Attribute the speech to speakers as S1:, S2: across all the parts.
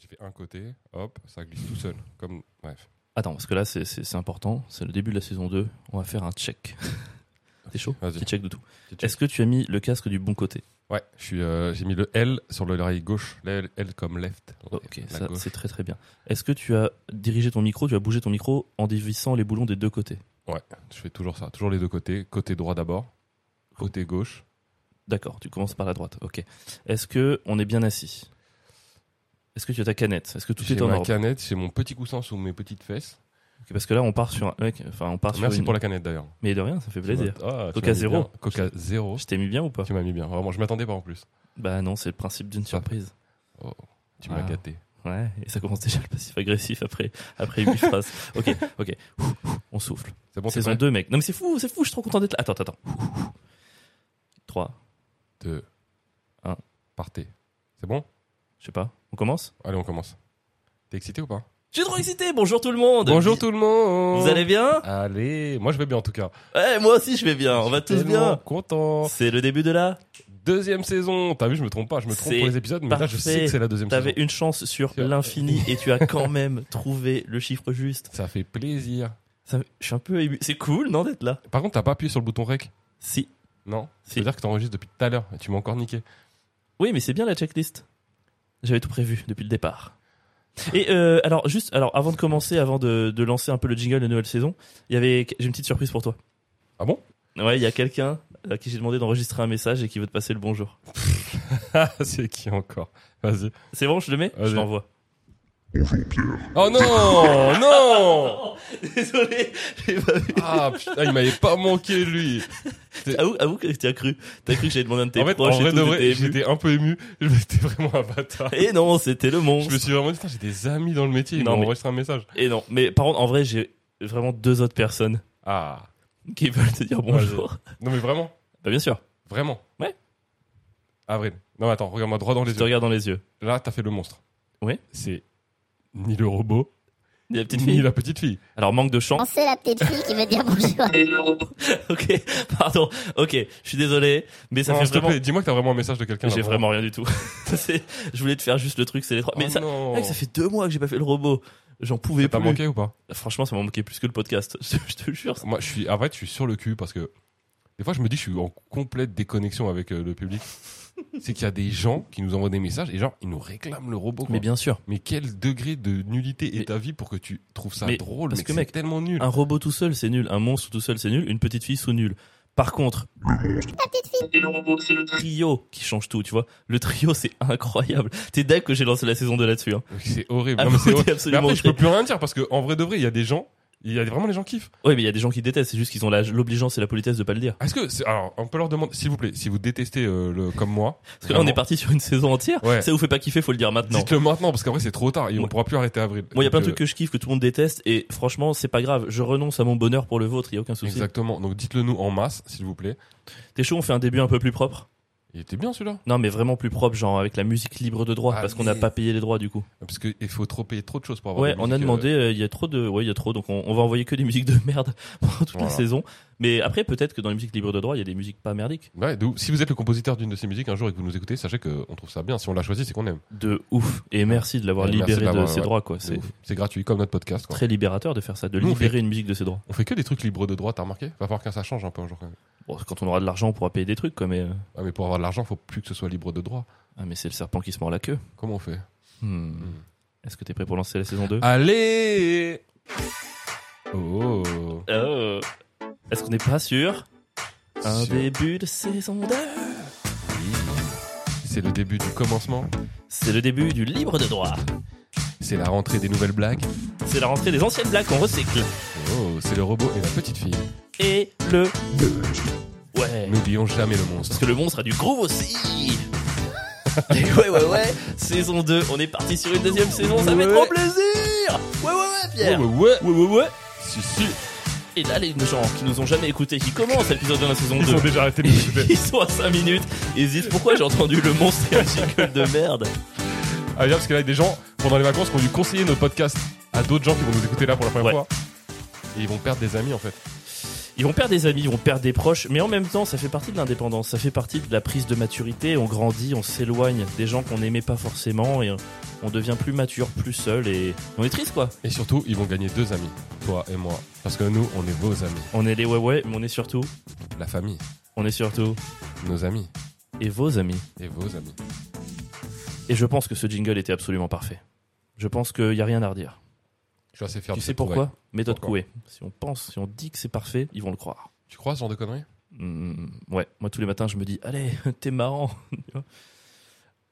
S1: j'ai fait un côté, hop, ça glisse tout seul. Comme, bref.
S2: Attends, parce que là, c'est- c'est c'est important. C'est le début de la saison 2. On va faire un check. T'es chaud
S1: Ah, Vas-y.
S2: Petit check de tout.
S1: Petit check.
S2: Est-ce que tu as mis le casque du bon côté
S1: Ouais, je suis, euh, j'ai mis le L sur l'oreille gauche. L, L comme left.
S2: Ok,
S1: La
S2: ça
S1: gauche.
S2: c'est très très bien. Est-ce que tu as dirigé ton micro, tu as bougé ton micro en dévissant les boulons des deux côtés
S1: Je fais toujours ça, toujours les deux côtés. Côté droit d'abord, côté gauche.
S2: D'accord, tu commences par la droite. Ok. Est-ce que on est bien assis Est-ce que tu as ta canette Est-ce que tout
S1: J'ai
S2: est en
S1: ma
S2: ordre
S1: canette, j'ai mon petit coussin sous mes petites fesses.
S2: Ok, Parce que là on part sur un. mec, Enfin on part Ah, sur
S1: Merci
S2: une-
S1: pour la canette d'ailleurs.
S2: Mais de rien, ça fait plaisir.
S1: Ah, tu
S2: Coca
S1: m'as mis
S2: zéro.
S1: bien. Coca zéro.
S2: Je t'ai mis bien ou pas
S1: Tu m'as mis bien, vraiment. Je m'attendais pas en plus. Oh,
S2: Bah non, c'est le principe d'une surprise.
S1: Tu m'as
S2: Ah.
S1: gâté.
S2: Ouais, et ça commence déjà le passif agressif après après huit phrases. Ok, ok. On souffle.
S1: C'est bon, c'est
S2: Saison 2 mec. Non mais c'est fou, c'est fou, je suis trop content d'être là. Attends, attends. 3,
S1: Deux.
S2: Un.
S1: Partez. C'est bon
S2: je sais pas. On commence
S1: Allez, on commence. T'es excité ou pas
S2: Je suis trop excité. Bonjour tout le monde.
S1: Bonjour tout le monde
S2: Vous allez bien
S1: Allez, moi je vais bien en tout cas.
S2: Ouais, moi aussi je vais bien. On va tous bien.
S1: Content.
S2: C'est le début de la.
S1: Deuxième saison. T'as vu, je me trompe pas. Je me trompe
S2: C'est
S1: pour les épisodes, mais là je sais
S2: parfait.
S1: que c'est la deuxième
S2: T'avais
S1: saison.
S2: une chance sur
S1: C'est-
S2: l'infini et tu as quand même trouvé le chiffre juste.
S1: Ça fait plaisir.
S2: Ça- je suis un peu ému. C'est cool, non, d'être là
S1: Par contre, t'as pas appuyé sur le bouton rec
S2: Si.
S1: Non.
S2: Si.
S1: C'est-à-dire que t'enregistres depuis tout à l'heure. et Tu m'as encore niqué.
S2: Oui, mais c'est bien la checklist. J'avais tout prévu depuis le départ. Et euh, alors, juste, alors avant de commencer, avant de, de lancer un peu le jingle de nouvelle saison, il y avait, j'ai une petite surprise pour toi.
S1: Ah bon
S2: Ouais, il y a quelqu'un euh, à qui j'ai demandé d'enregistrer un message et qui veut te passer le bonjour. Ah,
S1: C'est qui encore Vas-y.
S2: C'est bon, je le mets,
S1: Vas-y.
S2: je l'envoie.
S1: Oh non Non
S2: Oh, Désolé, j'ai pas vu.
S1: Ah putain, il m'avait pas manqué lui.
S2: Avoue, avoue que t'as cru. T'as cru que j'avais demandé un de tes
S1: en fait, en
S2: proches et
S1: vrai
S2: tout,
S1: de vrai,
S2: t'étais ému.
S1: j'étais un peu ému. Je m'étais vraiment un bâtard.
S2: Et non, c'était le
S1: Je
S2: monstre.
S1: me suis vraiment dit, putain, j'ai des amis dans le métier. Ils
S2: Non,
S1: m'ont
S2: mais-
S1: enregistré un message.
S2: Et non, mais par contre, en vrai, j'ai vraiment deux autres personnes
S1: Ah.
S2: qui veulent te dire bonjour.
S1: Non mais vraiment,
S2: Bah bien sûr,
S1: vraiment.
S2: Ouais.
S1: Avril. Non attends, regarde-moi droit dans
S2: je
S1: les
S2: te
S1: yeux.
S2: regarde dans les yeux.
S1: Là, t'as fait le monstre.
S2: Ouais.
S1: C'est ni le robot,
S2: Il y a la petite
S1: ni
S2: fille.
S1: la petite fille.
S2: Alors manque de
S3: On
S2: chance.
S3: sait la petite fille qui veut dire bonjour.
S2: ok, pardon. Ok, je suis désolé, mais ça
S1: Non,
S2: fait
S1: s'il te
S2: vraiment.
S1: plaît, dis-moi que t'as vraiment un message de quelqu'un.
S2: J'ai
S1: là-bas.
S2: vraiment rien du tout. C'est- je voulais te faire juste le truc, c'est les trois.
S1: Oh
S2: Mais ça,
S1: non.
S2: mec, ça fait deux mois que j'ai pas fait le robot. J'en pouvais
S1: Ça
S2: pas
S1: t'a manqué ou pas
S2: Franchement, ça m'a manqué plus que le podcast. Je te, je te jure.
S1: Moi, je suis. En fait, je suis sur le cul parce que des fois, je me dis, je suis en complète déconnexion avec euh, le public. C'est qu'il y a des gens qui nous envoient des messages et genre, ils nous réclament le robot. quoi.
S2: Mais bien sûr.
S1: Mais quel degré de nullité
S2: Mais-
S1: est ta vie pour que tu trouves ça
S2: Mais
S1: drôle
S2: parce
S1: mec,
S2: que,
S1: c'est
S2: mec,
S1: tellement nul.
S2: Un robot tout seul, c'est nul. Un monstre tout seul, c'est nul. Une petite fille, sous nul. Par contre, le trio qui change tout, tu vois. Le trio, c'est incroyable. T'es dingue que j'ai lancé la saison 2 là-dessus. Hein.
S1: C'est horrible.
S2: Ah,
S1: Non, mais c'est
S2: t'es
S1: horrible. Mais
S2: absolument
S1: après, je peux
S2: horrible.
S1: plus rien dire parce que en vrai de vrai, il y a des gens, il y a vraiment des gens qui kiffent.
S2: Ouais, mais il y a des gens qui détestent. C'est juste qu'ils ont la- l'obligeance et la politesse de pas le dire.
S1: Est-ce que c'est- alors on peut leur demander s'il vous plaît, si vous détestez euh, le comme moi,
S2: Parce que là, on
S1: vraiment,
S2: est parti sur une saison entière.
S1: Ouais.
S2: Ça vous fait pas kiffer, faut le dire maintenant.
S1: Dites-le maintenant parce qu'après c'est trop tard et on
S2: Moi-
S1: pourra plus arrêter avril.
S2: Moi, il y a plein de
S1: Donc,
S2: trucs que je kiffe, que tout le monde déteste, et franchement, c'est pas grave. Je renonce à mon bonheur pour le vôtre, il y a aucun
S1: euh,
S2: souci.
S1: Exactement. Donc dites-le nous en masse s'il vous plaît.
S2: T'es chaud, on fait un début un peu plus propre
S1: Il était bien celui-là
S2: Non, mais vraiment plus propre, genre avec la musique libre de droit,
S1: Ah,
S2: parce qu'on n'a
S1: mais-
S2: pas payé les droits du coup.
S1: parce que il faut trop payer trop de choses pour avoir
S2: Ouais,
S1: des
S2: on a
S1: musiques,
S2: demandé,
S1: euh,
S2: euh, il y a trop de. Ouais, il y a trop, donc on, on va envoyer que des musiques de merde pendant toute la
S1: Voilà.
S2: saison. Mais après, peut-être que dans les musiques libres de droit, il y a des musiques pas merdiques.
S1: euh, ouais, donc, si vous êtes le compositeur d'une de ces musiques un jour et que vous nous écoutez, sachez qu'on trouve ça bien. Si on l'a choisi, c'est qu'on aime.
S2: De ouf. Et merci de l'avoir
S1: Et merci de
S2: libéré de,
S1: l'avoir,
S2: ses
S1: ouais.
S2: droits, quoi.
S1: C'est
S2: C'est
S1: ouf. C'est gratuit comme notre podcast. Quoi.
S2: très libérateur de faire ça, de
S1: Nous, on
S2: libérer une musique de ses droits.
S1: On fait que des trucs libres de droit, t'as remarqué Va falloir que ça change un peu un jour. Quand même.
S2: Bon, quand on aura de l'argent, on pourra payer des trucs, quoi, mais. euh,
S1: Ah, mais pour avoir de l'argent, faut plus que ce soit libre de droit.
S2: Ah, mais c'est le serpent qui se mord la queue.
S1: Comment on fait
S2: Hmm. Ah.
S1: Hmm.
S2: Est-ce que t'es prêt pour lancer la saison 2
S1: Allez Oh
S2: Euh, Est-ce qu'on n'est pas sûr Un
S1: Sûr.
S2: début de saison 2
S1: C'est le début du commencement,
S2: C'est le début du libre de droit.
S1: c'est la rentrée des nouvelles blagues,
S2: C'est la rentrée des anciennes blagues qu'on recycle.
S1: oh, c'est le robot et la petite fille.
S2: Et le... Ouais.
S1: N'oublions jamais le
S2: Parce
S1: monstre.
S2: que le monstre a du gros aussi. Et ouais, ouais, ouais. Saison 2, on est parti sur une deuxième saison, ça fait
S1: Ouais.
S2: trop plaisir Ouais, ouais, ouais, Pierre
S1: Oh, ouais, ouais,
S2: Ouais, ouais, ouais.
S1: si, si,
S2: Et là, les gens qui nous ont jamais écoutés, qui commencent l'épisode de la saison 2,
S1: déjà arrêté
S2: ils sont à 5 minutes, et ils se disent pourquoi j'ai entendu le monstre et un jingle de merde
S1: Ah, regarde, parce que là, il y a des gens pendant les vacances qui ont dû conseiller nos podcasts à d'autres gens qui vont nous écouter là pour la première
S2: Ouais.
S1: fois. Et ils vont perdre des amis en fait.
S2: Ils vont perdre des amis, ils vont perdre des proches, mais en même temps, ça fait partie de l'indépendance, ça fait partie de la prise de maturité. On grandit, on s'éloigne des gens qu'on n'aimait pas forcément et on devient plus mature, plus seul et on est triste quoi.
S1: Et surtout, ils vont gagner deux amis, toi et moi. Parce que nous, on est vos amis.
S2: On est les ouais ouais, mais on est surtout,
S1: La famille,
S2: on est surtout
S1: nos amis
S2: et vos amis.
S1: et vos amis.
S2: Et je pense que ce jingle était absolument parfait. Je pense qu'il n'y a rien à redire.
S1: Je suis assez fier
S2: Tu
S1: de
S2: sais
S1: cette
S2: pourquoi
S1: trouvaille.
S2: Méthode
S1: Pourquoi
S2: Coué. Si on pense, si on dit que c'est parfait, ils vont le croire.
S1: Tu crois ce genre de conneries
S2: Hmm, ouais, moi tous les matins je me dis, allez, t'es marrant. Tu vois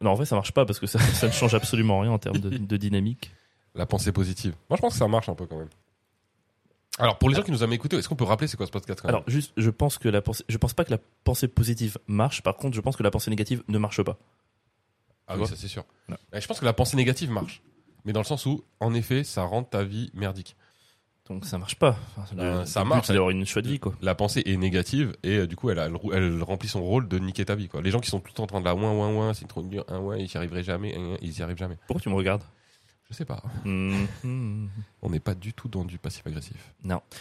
S2: non, en vrai ça marche pas parce que ça, ça ne change absolument rien en termes de, de dynamique.
S1: La pensée positive. Moi, je pense que ça marche un peu quand même. Alors, pour les gens qui nous avaient écoutés, est-ce qu'on peut rappeler c'est quoi ce podcast quand même
S2: Alors juste, je pense que la pensée, je pense pas que la pensée positive marche. Par contre, je pense que la pensée négative ne marche pas.
S1: Ah
S2: tu
S1: oui,
S2: vois
S1: ça c'est sûr.
S2: Ouais.
S1: Mais Je pense que la pensée négative marche. Mais dans le sens où, en effet, ça rend ta vie merdique.
S2: Donc ça marche pas. Enfin,
S1: Euh, ça
S2: but,
S1: marche.
S2: c'est d'avoir une chouette vie quoi.
S1: La pensée est négative et euh, du coup, elle, a- elle rou- elle remplit son rôle de niquer ta vie. Quoi. Les gens qui sont tout le temps en train de la ouin ouin ouin, c'est trop dur, un ouin, ils n'y arriveraient jamais, un, un, ils n'y arrivent jamais.
S2: Pourquoi tu me regardes
S1: Je sais pas.
S2: Hmm, hmm.
S1: On n'est pas du tout dans du passif agressif.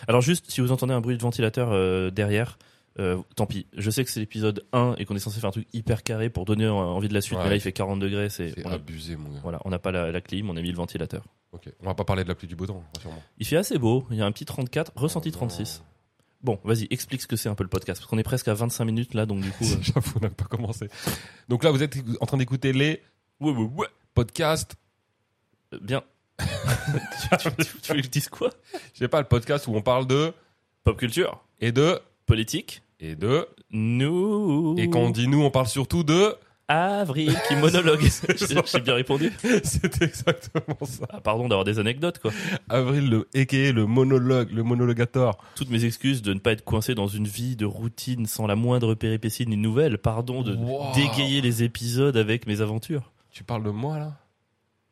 S2: Alors juste, si vous entendez un bruit de ventilateur euh, derrière, euh, tant pis. Je sais que c'est l'épisode 1 et qu'on est censé faire un truc hyper carré pour donner euh, envie de la suite,
S1: Ouais.
S2: mais là il fait 40 degrés, c'est
S1: C'est
S2: on a-
S1: abusé, mon gars.
S2: voilà, on n'a pas la, la clim, on a mis le ventilateur.
S1: Ok. On va pas parler de la pluie du beau temps, sûrement.
S2: Il fait assez beau, il y a un petit 34, ressenti
S1: Oh non.
S2: 36. Bon, vas-y, explique ce que c'est un peu le podcast, parce qu'on est presque à 25 minutes là, donc du coup... euh,
S1: J'avoue, on n'a pas commencé. Donc là, vous êtes en train d'écouter les
S2: ouais, ouais, ouais.
S1: podcasts.
S2: Euh, Bien. tu, tu- tu veux que je dise quoi
S1: Je sais pas, le podcast où on parle de
S2: Pop culture,
S1: et de
S2: politique,
S1: et de.
S2: nous...
S1: Et quand on dit nous, on parle surtout de.
S2: Avril qui monologue. J'ai j'ai bien répondu.
S1: C'est exactement ça.
S2: Ah, pardon d'avoir des anecdotes, quoi.
S1: Avril, le aka, le monologue, le monologator.
S2: Toutes mes excuses de ne pas être coincé dans une vie de routine sans la moindre péripétie ni nouvelle. Pardon de
S1: Wow.
S2: dégayer les épisodes avec mes aventures.
S1: Tu parles de moi là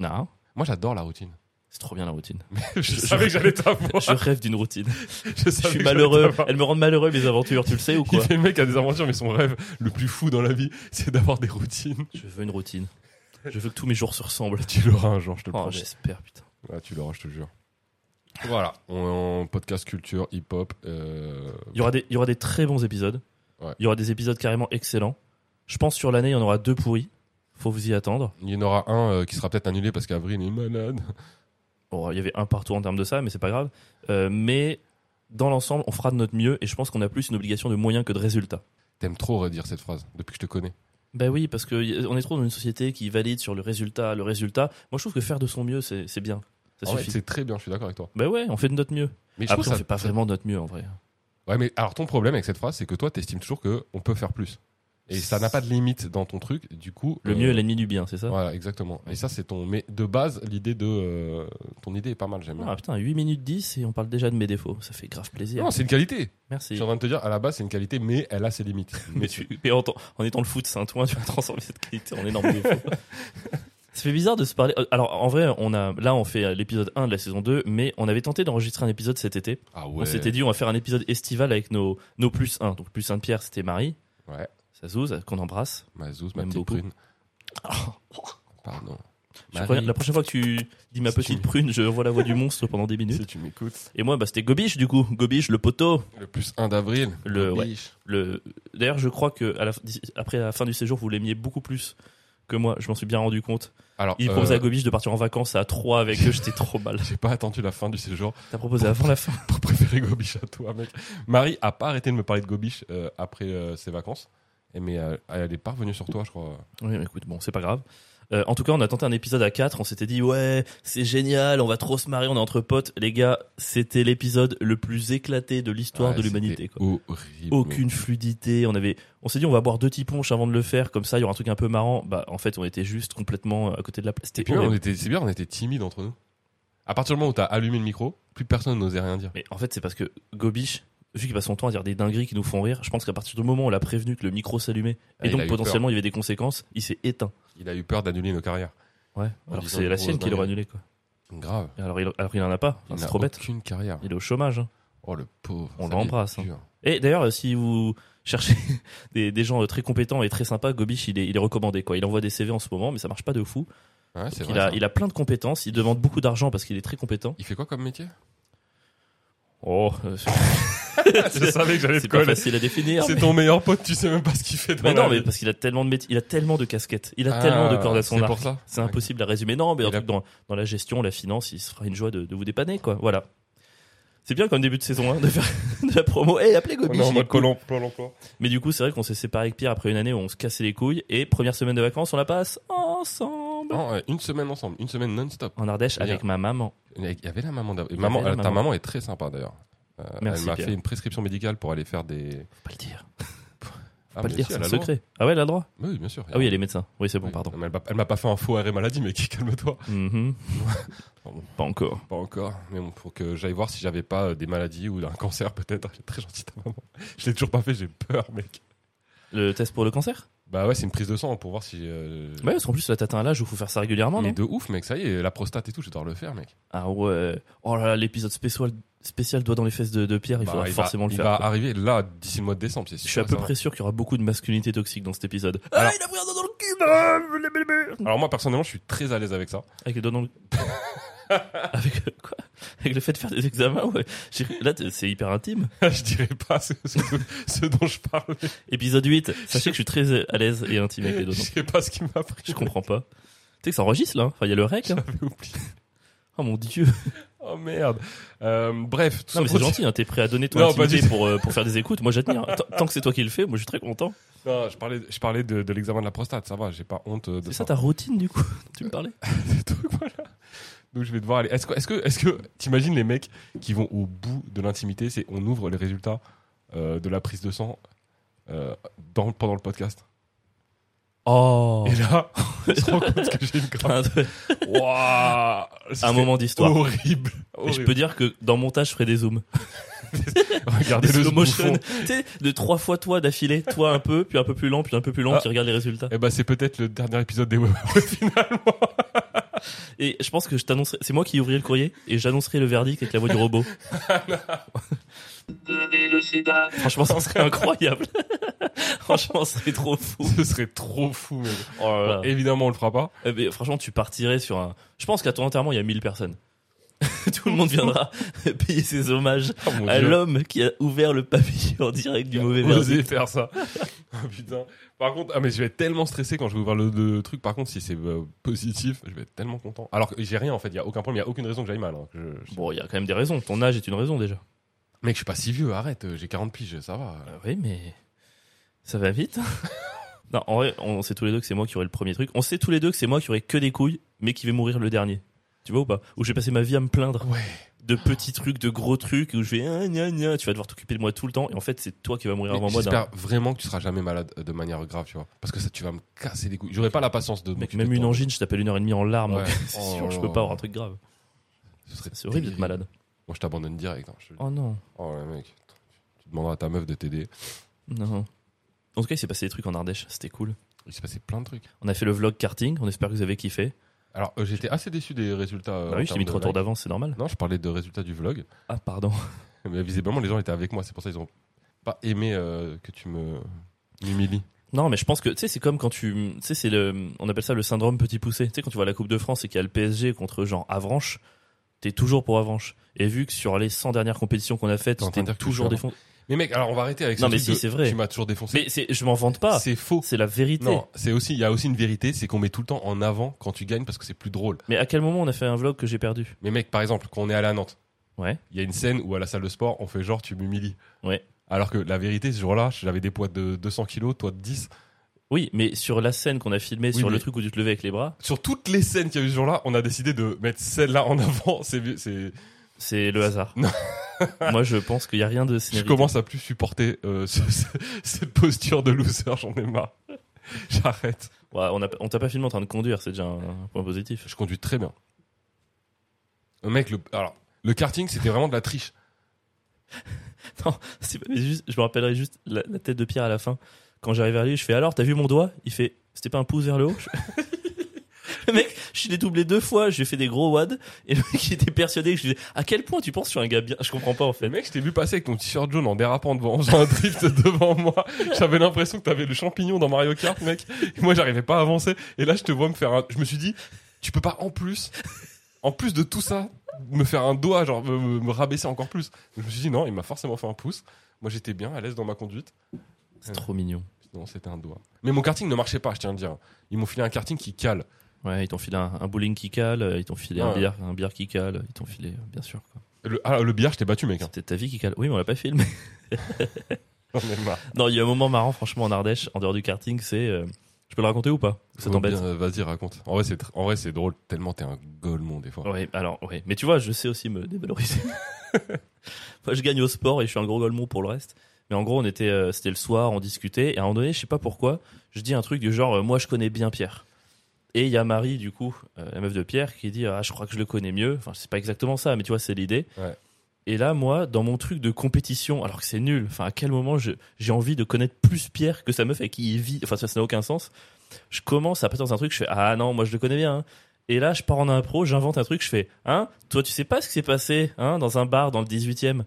S2: Non,
S1: Moi, j'adore la routine.
S2: c'est trop bien la routine.
S1: je savais que j'allais t'avoir.
S2: Je rêve d'une routine.
S1: Je,
S2: Je
S1: savais
S2: suis
S1: que
S2: malheureux.
S1: j'allais t'avoir.
S2: Elles me rendent malheureux mes aventures, tu le sais ou
S1: Il
S2: quoi
S1: fait le mec qui a des aventures, mais son rêve le plus fou dans la vie, c'est d'avoir des routines.
S2: Je veux une routine. Je veux que tous mes jours se ressemblent.
S1: Tu l'auras un jour, je te le
S2: Oh,
S1: promets.
S2: j'espère, putain.
S1: Ah, tu l'auras, je te jure. Voilà, on, on podcast culture, hip-hop. euh,
S2: Il y aura des, il y aura des très bons épisodes.
S1: Ouais.
S2: Il y aura des épisodes carrément excellents. Je pense sur l'année, il y en aura deux pourris. Faut vous y attendre.
S1: Il y en aura un euh, qui sera peut-être annulé parce qu'Avril est malade.
S2: Bon, il y avait un partout en termes de ça, mais c'est pas grave. Euh, mais dans l'ensemble, on fera de notre mieux et je pense qu'on a plus une obligation de moyens que de résultats.
S1: T'aimes trop redire cette phrase depuis que je te connais.
S2: Ben oui, parce que y- on est trop dans une société qui valide sur le résultat, le résultat. Moi, je trouve que faire de son mieux, c'est Ah c'est bien. Ça
S1: En vrai,
S2: suffit.
S1: c'est très bien, je suis d'accord avec toi.
S2: Ben ouais, on fait de notre mieux.
S1: Mais je
S2: Après,
S1: trouve
S2: on
S1: ça-
S2: fait pas vraiment de notre mieux en vrai.
S1: Ouais, mais alors ton problème avec cette phrase, c'est que toi, t'estimes toujours que on peut faire plus. Et ça n'a pas de limite dans ton truc. Du coup,
S2: Le
S1: euh,
S2: mieux est l'ennemi du bien, c'est ça
S1: Voilà, exactement. Et ça, c'est ton. Mais de base, l'idée de euh, ton idée est pas mal. J'aime bien.
S2: Ah putain, 8 minutes 10 et on parle déjà de mes défauts. Ça fait grave plaisir.
S1: non, c'est une qualité. Je
S2: Merci.
S1: suis en train de te dire, à la base, c'est une qualité, mais elle a ses limites.
S2: Mais, tu, mais en, t- en étant le foot Saint-Ouen, tu vas transformer cette qualité en énorme défaut. Ça fait bizarre de se parler. Euh, Alors, en vrai, on a, là, on fait euh, l'épisode 1 de la saison 2, mais on avait tenté d'enregistrer un épisode cet été.
S1: Ah
S2: On s'était dit, on va faire un épisode estival avec nos, nos plus 1. Donc, plus 1 de Pierre, c'était Marie.
S1: Ouais.
S2: Ça zouze, qu'on embrasse.
S1: Ma zouze, ma
S2: Même
S1: petite
S2: beaucoup.
S1: prune. Pardon.
S2: Je
S1: Ah, Marie,
S2: reviens- la prochaine fois que tu dis ma
S1: Si tu
S2: petite
S1: veux.
S2: prune, je vois la voix du monstre pendant des
S1: si
S2: minutes.
S1: tu m'écoutes.
S2: Et moi, bah, c'était Gobiche, du coup. Gobiche, le poteau.
S1: Le plus 1 d'avril.
S2: Le- ouais.
S1: biche.
S2: Le... D'ailleurs, je crois que à la, fin- d'ici- après la fin du séjour, vous l'aimiez beaucoup plus que moi. Je m'en suis bien rendu compte.
S1: Alors,
S2: Il
S1: euh,
S2: proposait à Gobiche de partir en vacances à 3 avec eux, j'étais trop mal.
S1: j'ai pas attendu la fin du séjour
S2: T'as proposé avant la fin
S1: pour préférer Gobiche à toi, mec. Marie a pas arrêté de me parler de Gobiche euh, après euh, ses vacances. Et mais euh, elle est pas revenue sur toi, je crois.
S2: Oui, mais écoute, bon, c'est pas grave. Euh, en tout cas, on a tenté un épisode à 4, on s'était dit ouais, c'est génial, on va trop se marier, on est entre potes. Les gars, c'était l'épisode le plus éclaté de l'histoire
S1: Ouais,
S2: de
S1: Ah, c'était
S2: l'humanité. quoi.
S1: Horrible.
S2: Aucune fluidité, on avait, on s'est dit on va boire deux petits ponches avant de le faire, comme ça il y aura un truc un peu marrant. Bah en fait, on était juste complètement à côté de la
S1: Et
S2: place. C'était
S1: puis, même, on
S2: horrible.
S1: était, c'est bien, on était timides entre nous. À partir du moment où t'as allumé le micro, plus personne n'osait rien dire.
S2: Mais en fait, c'est parce que Gobiche, vu qu'il passe son temps à dire des dingueries qui nous font rire, je pense qu'à partir du moment où on l'a prévenu que le micro s'allumait
S1: Ah, il
S2: et
S1: a
S2: donc
S1: eu peur.
S2: potentiellement il y avait des conséquences, il s'est éteint.
S1: Il a eu peur d'annuler nos carrières.
S2: Ouais,
S1: En
S2: alors que
S1: disant
S2: c'est
S1: une
S2: la
S1: grosse
S2: sienne qui l'aurait
S1: dinguerie.
S2: annulée, quoi.
S1: Grave.
S2: Et Alors il, alors il en a pas, Enfin,
S1: Il
S2: Ah, c'est
S1: n'a
S2: trop bête.
S1: Aucune carrière.
S2: Il est au chômage. hein.
S1: Oh le pauvre.
S2: On
S1: Ça
S2: l'embrasse,
S1: fait dur.
S2: Et d'ailleurs, euh, si vous cherchez des, des gens euh, très compétents et très sympas, Gobiche, il est, il est recommandé, quoi. Il envoie des CV en ce moment, mais ça marche pas de fou.
S1: Ouais, c'est
S2: Il
S1: vrai,
S2: a,
S1: ça.
S2: il a plein de compétences, il demande beaucoup d'argent parce qu'il est très compétent.
S1: Il fait quoi comme métier
S2: Oh, euh, c'est-
S1: Je savais que j'allais te
S2: C'est pas
S1: coller.
S2: facile à définir.
S1: C'est
S2: mais-
S1: ton meilleur pote, tu sais même pas ce qu'il fait. dans
S2: Mais
S1: la
S2: non, mais
S1: vie.
S2: parce qu'il a tellement de métiers, il a tellement de casquettes, il a
S1: Ah,
S2: tellement de cordes à son
S1: C'est
S2: arc.
S1: pour ça.
S2: C'est impossible à résumer. Non, mais
S1: Il
S2: en
S1: a-
S2: tout, dans, dans la gestion, la finance, il se fera une joie de, de vous dépanner, quoi. Voilà. C'est bien comme début de saison 1 de faire de la promo. Eh, appelez
S1: On
S2: Gobi.
S1: est en
S2: il est
S1: mode
S2: cool.
S1: colon, Pôle emploi.
S2: Mais du coup, c'est vrai qu'on s'est séparé avec Pierre après une année où on se cassait les couilles. Et première semaine de vacances, on la passe ensemble.
S1: Non, euh, une semaine ensemble, une semaine non-stop.
S2: En Ardèche,
S1: Bien.
S2: avec ma maman.
S1: Il y avait la maman d'avant. Et Maman,
S2: avait la
S1: euh, ta
S2: maman.
S1: maman est très sympa d'ailleurs. Euh,
S2: Merci,
S1: Elle m'a
S2: Pierre.
S1: fait une prescription médicale pour aller faire des.
S2: Faut pas le dire.
S1: Ah,
S2: pas
S1: mais
S2: le dire,
S1: si,
S2: c'est
S1: elle
S2: un
S1: a le droit.
S2: secret. Ah ouais, elle a le droit.
S1: Oui, bien sûr.
S2: Ah oui, elle est médecin. Oui, c'est bon, pardon.
S1: Non, mais elle m'a- elle m'a pas fait un faux arrêt maladie, mec, calme-toi.
S2: Mhm.
S1: Pardon.
S2: Pas encore.
S1: Pas encore, mais bon, faut que j'aille voir si j'avais pas euh, des maladies ou un cancer peut-être. Elle est très gentille ta maman. Je l'ai toujours pas fait, j'ai peur, mec.
S2: Le test pour le cancer
S1: Bah ouais, c'est une prise de sang pour voir si. euh,
S2: Ouais, parce qu'en plus, là, t'atteins un âge où faut faire ça régulièrement,
S1: mais
S2: non
S1: de ouf, mec, ça y est, la prostate et tout, je dois le faire, mec.
S2: Ah ouais. Oh là là, l'épisode spécial, spécial doigt dans les fesses de, de Pierre, il
S1: Bah,
S2: faudra
S1: va-
S2: forcément le
S1: il
S2: faire.
S1: va
S2: quoi.
S1: arriver là d'ici le mois de décembre, c'est sûr. hein.
S2: Je suis à
S1: et
S2: peu
S1: certain.
S2: près sûr qu'il y aura beaucoup de masculinité toxique dans cet épisode.
S1: Alors-
S2: ah, il a pris un doigt dans le cul bah, blablabla.
S1: Alors moi, personnellement, je suis très à l'aise avec ça.
S2: Avec le doigt dans le Avec euh, quoi Avec le fait de faire des examens, ouais. J'ai- Là, t'es- c'est hyper intime.
S1: je dirais pas ce, ce- ce dont je parle.
S2: Épisode 8, sachez que je suis très à l'aise et intime avec les doigts
S1: Je
S2: dans le cul.
S1: sais pas ce qui m'a pris.
S2: Je comprends pas. Tu sais que ça enregistre, là. hein. Enfin, il y a le rec, hein.
S1: J'avais oublié.
S2: Oh mon dieu.
S1: Oh merde. Euh, bref, tout
S2: Non, mais
S1: ça
S2: c'est
S1: pour dire-
S2: gentil, hein, t'es prêt à donner ton
S1: Non, pas
S2: intimité
S1: du
S2: pour, euh, pour faire des écoutes. Moi, j'admire. Tant- Tant que c'est toi qui le fais, moi, je suis très content.
S1: Non, je parlais, je parlais de, de l'examen de la prostate, ça va, j'ai pas honte euh, de
S2: C'est ça ta routine, du coup dont Tu me parlais
S1: des trucs, voilà. Donc je vais devoir aller. Est-ce que, est-ce que, est-ce que, t'imagines les mecs qui vont au bout de l'intimité, c'est on ouvre les résultats euh, de la prise de sang euh, dans, pendant le podcast.
S2: Oh
S1: Et là, on se rend compte que j'ai une grave. Waouh, ce
S2: Un
S1: serait
S2: moment d'histoire.
S1: horrible.
S2: Et je
S1: Oh, horrible.
S2: peux dire que dans mon montage, je ferai des zooms.
S1: Regardez
S2: Des
S1: Ah, le
S2: slow motion.
S1: bouffon.
S2: tu sais, de trois fois toi d'affilée. Toi un peu, puis un peu plus lent, puis un peu plus lent,
S1: Ah.
S2: qui regarde les résultats.
S1: Eh ben, c'est peut-être le dernier épisode des Web finalement.
S2: Et je pense que je t'annoncerai. C'est moi qui ouvrirai le courrier et j'annoncerai le verdict avec la voix du robot. Franchement, ça serait incroyable. Franchement, ce serait trop fou.
S1: ce serait trop fou, mec.
S2: Oh là là.
S1: Évidemment, on le fera pas.
S2: Eh ben, franchement, tu partirais sur un. Je pense qu'à ton enterrement, il y a 1000 personnes. Tout le monde viendra payer ses hommages
S1: Oh, mon
S2: à
S1: Dieu.
S2: l'homme qui a ouvert le pavillon en direct du mauvais verdict.
S1: Oser faire ça. Oh, putain. Par contre, ah, mais je vais être tellement stressé quand je vais ouvrir le, le truc. Par contre, si c'est euh, positif, je vais être tellement content. Alors que j'ai rien en fait, il y a aucun problème, il y a aucune raison que j'aille mal. hein, que je- je-
S2: Bon, il y a quand même des raisons. Ton âge est une raison déjà.
S1: Mec, je suis pas si vieux, arrête, euh, j'ai 40 piges, ça va.
S2: Euh, oui, mais ça va vite. hein. non, en vrai, on sait tous les deux que c'est moi qui aurai le premier truc. On sait tous les deux que c'est moi qui aurai que des couilles, mais qui vais mourir le dernier. Tu vois ou pas Où j'ai passé ma vie à me plaindre
S1: Ouais.
S2: de petits trucs, de gros trucs, où je vais ah, gna, gna, tu vas devoir t'occuper de moi tout le temps, et en fait c'est toi qui vas mourir
S1: Mais
S2: avant moi. d'un-
S1: J'espère vraiment que tu seras jamais malade euh, de manière grave, tu vois. Parce que ça, tu vas me casser les couilles. J'aurais pas la patience de.
S2: Mec,
S1: m'occuper
S2: même
S1: de
S2: une
S1: toi.
S2: angine, je t'appelle une heure et demie en larmes.
S1: Ouais.
S2: donc C'est
S1: Oh
S2: sûr, je
S1: là
S2: peux
S1: là.
S2: pas avoir un truc grave.
S1: Ce serait
S2: C'est horrible d'être
S1: terrible.
S2: malade.
S1: Moi, je t'abandonne direct. hein, je te le dis.
S2: Oh non,
S1: Oh, ouais, mec. Tu demanderas à ta meuf de t'aider.
S2: non. En tout cas, il s'est passé des trucs en Ardèche, c'était cool.
S1: Il s'est passé plein de trucs.
S2: On a fait le vlog karting, on espère que vous avez kiffé.
S1: Alors, euh, j'étais assez déçu des résultats. euh,
S2: Ah
S1: en
S2: oui, je t'ai
S1: termes
S2: mis
S1: de
S2: trois tours
S1: likes.
S2: d'avance, c'est normal.
S1: Non, je parlais de résultats du vlog.
S2: Ah pardon.
S1: Mais visiblement, les gens étaient avec moi, c'est pour ça qu'ils ont pas aimé euh, que tu me m'humilies.
S2: Non, mais je pense que tu sais, c'est comme quand tu, tu sais, c'est le, on appelle ça le syndrome petit poussé. Tu sais, quand tu vois la Coupe de France et qu'il y a le PSG contre genre Avranches, t'es toujours pour Avranches. Et vu que sur les 100 dernières compétitions qu'on a faites,
S1: T'es en train
S2: t'es
S1: de dire que
S2: toujours
S1: je suis
S2: défoncé.
S1: Mais mec, alors on va arrêter avec ce
S2: Non, mais
S1: truc
S2: si,
S1: de-
S2: c'est vrai.
S1: Tu m'as toujours défoncé.
S2: Mais c'est, je m'en vante pas.
S1: c'est faux.
S2: C'est la vérité.
S1: Non, c'est aussi il y a aussi une vérité, c'est qu'on met tout le temps en avant quand tu gagnes parce que c'est plus drôle.
S2: Mais à quel moment on a fait un vlog que j'ai perdu
S1: Mais mec, par exemple, quand on est allé à Nantes,
S2: Ouais.
S1: il y a une scène où à la salle de sport, on fait genre tu m'humilies.
S2: Ouais.
S1: Alors que la vérité, ce jour-là, j'avais des poids de 200 kilos, toi de 10.
S2: Oui, mais sur la scène qu'on a filmée,
S1: Oui,
S2: sur le
S1: mais-
S2: truc où tu te levais avec les bras,
S1: Sur toutes les scènes qu'il y a eu ce jour-là, on a décidé de mettre celle-là en avant. C'est, c'est,
S2: c'est le hasard.
S1: Non.
S2: Moi, je pense qu'il n'y a rien de
S1: je
S2: scénarisé.
S1: commence à plus supporter euh, ce- ce- cette posture de loser, j'en ai marre. J'arrête.
S2: Ouais, on a- on t'a pas filmé en train de conduire, c'est déjà un point positif.
S1: Je conduis très bien. Euh, Mec, le, alors, le karting, c'était vraiment de la triche.
S2: C'est pas- mais juste- je me rappellerai juste la, la tête de Pierre à la fin. Quand j'arrive vers lui, je fais alors, t'as vu mon doigt Il fait, c'était pas un pouce vers le haut Je- Le mec, je l'ai doublé deux fois, j'ai fait des gros wads, et le mec il était persuadé que je lui disais, à quel point tu penses que je suis un gars bien Je comprends pas en
S1: Le
S2: fait.
S1: mec, je t'ai vu passer avec ton t-shirt jaune en dérapant devant, en faisant un drift devant moi. J'avais l'impression que t'avais le champignon dans Mario Kart, mec. Et moi, j'arrivais pas à avancer. Et là, je te vois me faire un, je me suis dit, tu peux pas en plus, en plus de tout ça, me faire un doigt, genre me, me- me rabaisser encore plus. Donc, je me suis dit non, il m'a forcément fait un pouce. Moi j'étais bien à l'aise dans ma conduite.
S2: C'est trop mignon.
S1: Non, c'était un doigt. Mais mon karting ne marchait pas, je tiens à le dire. Ils m'ont filé un karting qui cale.
S2: Ouais, ils t'ont filé un, un bowling qui cale, euh, ils t'ont filé un
S1: Ouais.
S2: bière, un bière qui cale, ils t'ont filé, euh, bien sûr. quoi.
S1: Le, ah, le billard, je t'ai battu, mec. hein.
S2: C'était ta vie qui cale. Oui, mais on l'a pas filmé.
S1: J'en ai marre.
S2: non, il y a un moment marrant, franchement, en Ardèche, en dehors du karting, c'est. euh, Je peux le raconter ou pas Ça
S1: Ouais,
S2: t'embête
S1: bien, euh, Vas-y, raconte. En vrai, c'est tr- en vrai, c'est drôle, tellement t'es un golemon des fois.
S2: Ouais, alors, ouais. Mais tu vois, je sais aussi me dévaloriser. Moi, je gagne au sport et je suis un gros golemon pour le reste. Mais en gros, on était, euh, c'était le soir, on discutait. Et à un moment donné, je sais pas pourquoi, je dis un truc du genre, euh, moi, je connais bien Pierre. Et il y a Marie, du coup, euh, la meuf de Pierre, qui dit, ah, je crois que je le connais mieux. Enfin, c'est pas exactement ça, mais tu vois, c'est l'idée.
S1: Ouais.
S2: Et là, moi, dans mon truc de compétition, alors que c'est nul, enfin, à quel moment je- j'ai envie de connaître plus Pierre que sa meuf avec qui il vit Enfin, ça, ça n'a aucun sens. Je commence à passer dans un truc, je fais, ah non, moi, je le connais bien. hein. Et là, je pars en impro, j'invente un truc, je fais Hein Toi, tu sais pas ce qui s'est passé hein, dans un bar dans le 18 e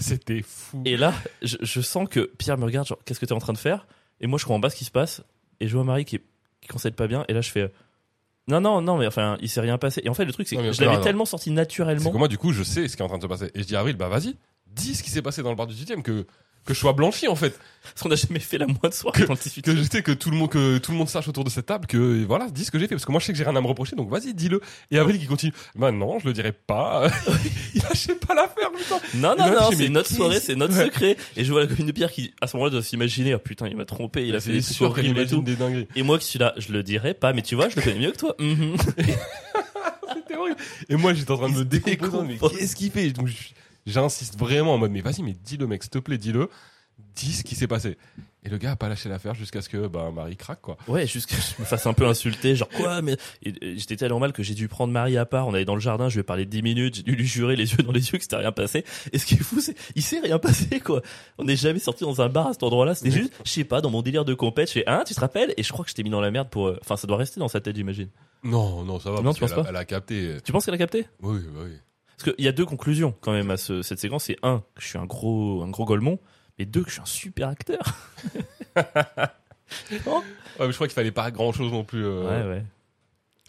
S1: C'était fou.
S2: Et là, je, je sens que Pierre me regarde, genre, qu'est-ce que t'es en train de faire Et moi, je comprends pas ce qui se passe. Et je vois Marie qui, est- qui concède pas bien. Et là, je fais euh, Non, non, non, mais enfin, il s'est rien passé. Et en fait, le truc, c'est
S1: Non,
S2: que
S1: mais
S2: je l'avais
S1: non, non.
S2: tellement sorti
S1: C'est
S2: naturellement.
S1: que moi, du coup, je sais ce qui est en train de se passer. Et je dis à Avril, bah vas-y, dis ce qui s'est passé dans le bar du 18 que que je sois blanchi en fait,
S2: Parce qu'on n'a jamais fait la moindre soirée dans le 18
S1: que je sais que tout le monde que tout le monde sache autour de cette table que voilà, dis ce que j'ai fait parce que moi je sais que j'ai rien à me reprocher donc vas-y, dis-le. Et Avril qui continue, bah non, je le dirai pas. Il lâchait pas l'affaire putain.
S2: Non,
S1: Et
S2: non,
S1: là,
S2: non,
S1: j'ai
S2: c'est
S1: mis
S2: notre
S1: qui
S2: soirée, c'est notre
S1: Ouais.
S2: secret. Et je vois la copine de Pierre qui, à ce moment-là, doit s'imaginer Ah, Putain, il m'a trompé, il a fait des
S1: Bah, sûr qu'elle
S2: sourires et
S1: imagine
S2: tout.
S1: des dingueries.
S2: Et moi qui suis là, je le dirais pas, mais tu vois, je le connais mieux que toi. Mhm.
S1: C'était horrible. Et moi, j'étais en train de
S2: Il
S1: me
S2: se
S1: décomposer. en mode,
S2: décompose.
S1: Mais qu'est-ce qu'il fait Donc, je- J'insiste vraiment en mode, mais vas-y, mais dis-le, mec, s'il te plaît, dis-le. Dis ce qui s'est passé. Et le gars a pas lâché l'affaire jusqu'à ce que bah, Marie craque, quoi.
S2: Ouais, jusqu'à ce que je me fasse un peu insulter, genre quoi, mais et, et j'étais tellement mal que j'ai dû prendre Marie à part. On allait dans le jardin, je lui ai parlé 10 minutes, j'ai dû lui jurer les yeux dans les yeux que c'était rien passé. Et ce qui est fou, c'est il s'est rien passé quoi. On n'est jamais sorti dans un bar à cet endroit-là. C'était juste, je sais pas, dans mon délire de compète, je fais hein, tu te rappelles Et je crois que je t'ai mis dans la merde pour. euh, Enfin, ça doit rester dans sa tête, j'imagine.
S1: Non, non, ça va.
S2: Non,
S1: parce
S2: tu penses
S1: qu'elle a-
S2: pas
S1: Elle a capté.
S2: Tu penses qu'elle a capté
S1: Oui, bah oui.
S2: Parce qu'il y a deux conclusions quand même à ce- cette séquence. C'est un, que je suis un gros, un gros golemon, et deux, que je suis un super acteur. Non
S1: Ouais, mais je crois qu'il fallait pas grand chose non plus. euh.
S2: ouais.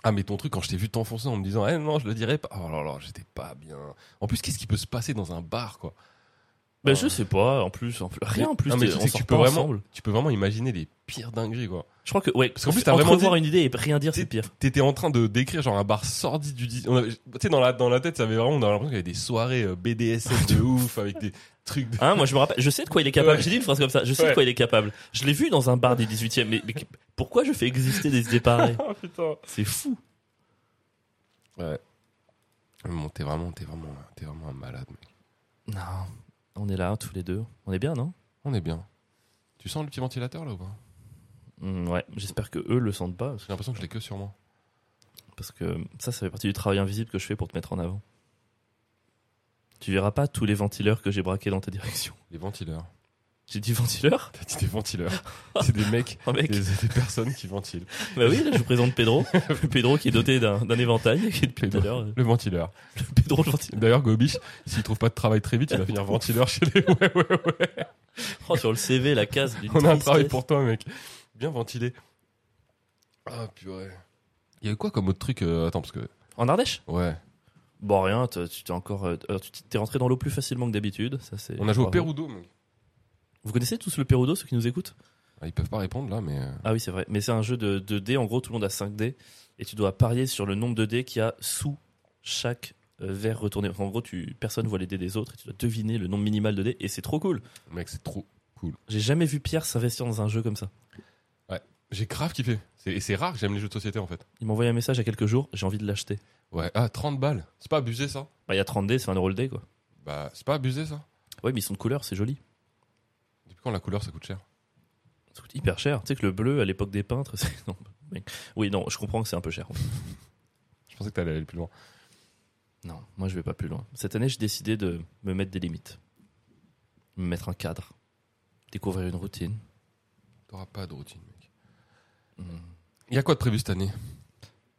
S1: Ah, mais ton truc, quand je t'ai vu t'enfoncer en me disant, eh non, je le dirai pas. Oh là là, j'étais pas bien. En plus, qu'est-ce qui peut se passer dans un bar, quoi
S2: Ben
S1: Ouais.
S2: je sais pas, en plus, en plus rien en plus,
S1: Non, mais
S2: t'es-
S1: tu sais
S2: on
S1: que
S2: sort
S1: tu peux
S2: pas
S1: vraiment-
S2: ensemble.
S1: Tu peux vraiment imaginer les pires dingueries, quoi.
S2: Je crois que ouais,
S1: Parce qu'en plus, t'as
S2: entrevoir
S1: vraiment
S2: une idée et rien dire, c'est pire.
S1: T'étais en train de décrire genre un bar sordide du 10. on avait- Tu sais, dans la, dans la tête, ça avait vraiment, on avait l'impression qu'il y avait des soirées euh,
S2: Ah,
S1: BDSM de ouf avec des trucs de.
S2: Hein, moi je me rappelle, je sais de quoi il est capable.
S1: Ouais.
S2: J'ai dit une phrase comme ça, je sais de
S1: Ouais.
S2: quoi il est capable. Je l'ai vu dans un bar des 18e mais, mais pourquoi je fais exister des idées pareilles
S1: Oh putain.
S2: C'est fou.
S1: Bon, t'es vraiment, t'es vraiment, t'es vraiment un malade, mec.
S2: Non, on est là tous les deux. On est bien, non
S1: On est bien. Tu sens le petit ventilateur là ou pas
S2: Hum, Ouais, j'espère que eux le sentent pas
S1: J'ai l'impression que je l'ai que sur moi.
S2: parce que ça ça fait partie du travail invisible que je fais pour te mettre en avant. Tu verras pas tous les ventileurs que j'ai braqués dans ta direction.
S1: Les ventileurs.
S2: J'ai dit ventileurs
S1: T'as dit des ventileurs. C'est des mecs,
S2: Oh, mec.
S1: des, des personnes qui ventilent.
S2: Bah oui, là, je vous présente Pedro. Pedro qui est doté d'un d'un éventail, qui est depuis tout à l'heure. euh,
S1: Le ventileur.
S2: Pedro le ventileur.
S1: D'ailleurs, Gobiche, s'il trouve pas de travail très vite, il va finir ventileur chez les. Ouais, ouais, ouais.
S2: Oh, sur le CV, la case d'une
S1: On a un
S2: tristesse.
S1: travail pour toi, mec. Bien ventilé. Ah, purée. Il y a eu quoi comme autre truc euh, Attends, parce que.
S2: En Ardèche
S1: Ouais.
S2: Bon, rien, t'as- tu t'es encore. euh, alors, tu t'es rentré dans l'eau plus facilement que d'habitude. ça, c'est-
S1: On a joué au
S2: bravo.
S1: Perudo, mec.
S2: Vous connaissez tous le Perudo, ceux qui nous écoutent
S1: Ah, Ils peuvent pas répondre là, mais. euh,
S2: Ah oui, c'est vrai. Mais c'est un jeu de, de dés. En gros, tout le monde a 5 dés. Et tu dois parier sur le nombre de dés qu'il y a sous chaque euh, verre retourné. Enfin, en gros, tu, personne voit les dés des autres et tu dois deviner le nombre minimal de dés. Et c'est trop cool.
S1: Mec, c'est trop.
S2: J'ai jamais vu Pierre s'investir dans un jeu comme ça.
S1: J'ai grave kiffé. C'est- Et c'est rare que j'aime les jeux de société en fait.
S2: Il m'a envoyé un message il y a quelques jours. J'ai envie de l'acheter.
S1: Ouais, ah, 30 balles. C'est pas abusé ça
S2: Bah, il y a 30 dés, c'est un euro le dé, quoi.
S1: Bah, c'est pas abusé ça.
S2: Ouais, mais ils sont de couleur, c'est joli.
S1: Depuis quand la couleur ça coûte cher
S2: Ça coûte hyper cher. Tu sais que le bleu à l'époque des peintres, c'est. non, mais- Oui, non, je comprends que c'est un peu cher.
S1: Je pensais que t'allais aller plus loin.
S2: Non, moi je vais pas plus loin. Cette année, j'ai décidé de me mettre des limites. Me mettre un cadre. Découvrir une routine.
S1: T'auras pas de routine, mec.
S2: Hmm.
S1: Mm-hmm. Il y a quoi de prévu cette année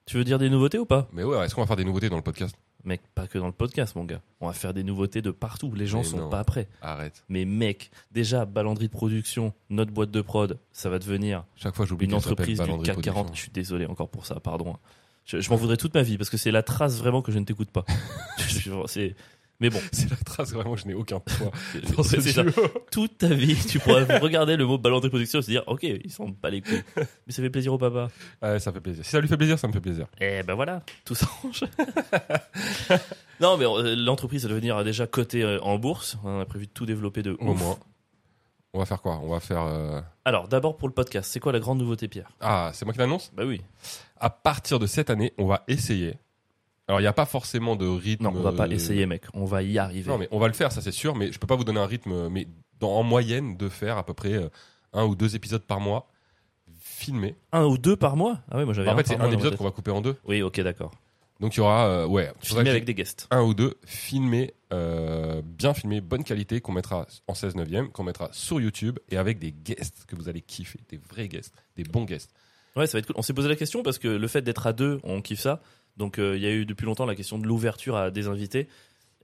S2: Tu veux dire des nouveautés ou pas
S1: Mais ouais, est-ce qu'on va faire des nouveautés dans le podcast
S2: Mec, pas que dans le podcast, mon gars. On va faire des nouveautés de partout. Les gens
S1: Mais
S2: sont
S1: non.
S2: pas prêts.
S1: Arrête.
S2: Mais mec, déjà, Ballandry Production, notre boîte de prod, ça va devenir
S1: Chaque fois j'oublie
S2: une
S1: qu'elle s'appelle
S2: entreprise du
S1: Ballandry
S2: CAC 40. Je
S1: Production.
S2: suis désolé encore pour ça, pardon. hein. Je, je m'en voudrais toute ma vie parce que c'est la trace vraiment que je ne t'écoute pas. Je- c'est- Mais bon,
S1: C'est la trace, vraiment, je n'ai aucun poids
S2: c'est-
S1: dans ce
S2: c'est ça.
S1: duo.
S2: Toute ta vie, tu pourras regarder le mot ballon de production et se dire, ok, ils s'en pas les couilles. Mais ça fait plaisir au papa.
S1: Ouais, ça fait plaisir. Si ça lui fait plaisir, ça me fait plaisir.
S2: Et ben voilà, tout s'arrange. non, mais euh, l'entreprise va devenir euh, déjà cotée euh, en bourse. On a prévu de tout développer de
S1: Au
S2: ouf.
S1: moins. On va faire quoi On va faire. euh,
S2: Alors, d'abord pour le podcast, c'est quoi la grande nouveauté, Pierre
S1: Ah, c'est moi qui l'annonce
S2: Bah oui.
S1: À partir de cette année, on va essayer. Alors, il n'y a pas forcément de rythme.
S2: Non, on va pas
S1: euh,
S2: essayer, mec. On va y arriver.
S1: Non, mais on va le faire, ça c'est sûr, mais je peux pas vous donner un rythme, euh, mais dans, en moyenne, de faire à peu près euh, un ou deux épisodes par mois filmés.
S2: Un ou deux par mois Ah oui, moi j'avais
S1: en fait, c'est
S2: par mois
S1: un
S2: dans ma
S1: épisode
S2: tête.
S1: qu'on va couper en deux.
S2: Oui, ok, d'accord.
S1: Donc, il y aura, euh, ouais, c'est pour ça que
S2: Filmé avec
S1: j'ai
S2: des guests.
S1: un ou deux filmés, euh, bien filmés, bonne qualité, qu'on mettra en 16 neuvième, qu'on mettra sur YouTube et avec des guests que vous allez kiffer, des vrais guests, des bons guests.
S2: Ouais, ça va être cool. On s'est posé la question parce que le fait d'être à deux, on kiffe ça. Donc euh, il y a eu depuis longtemps la question de l'ouverture à des invités.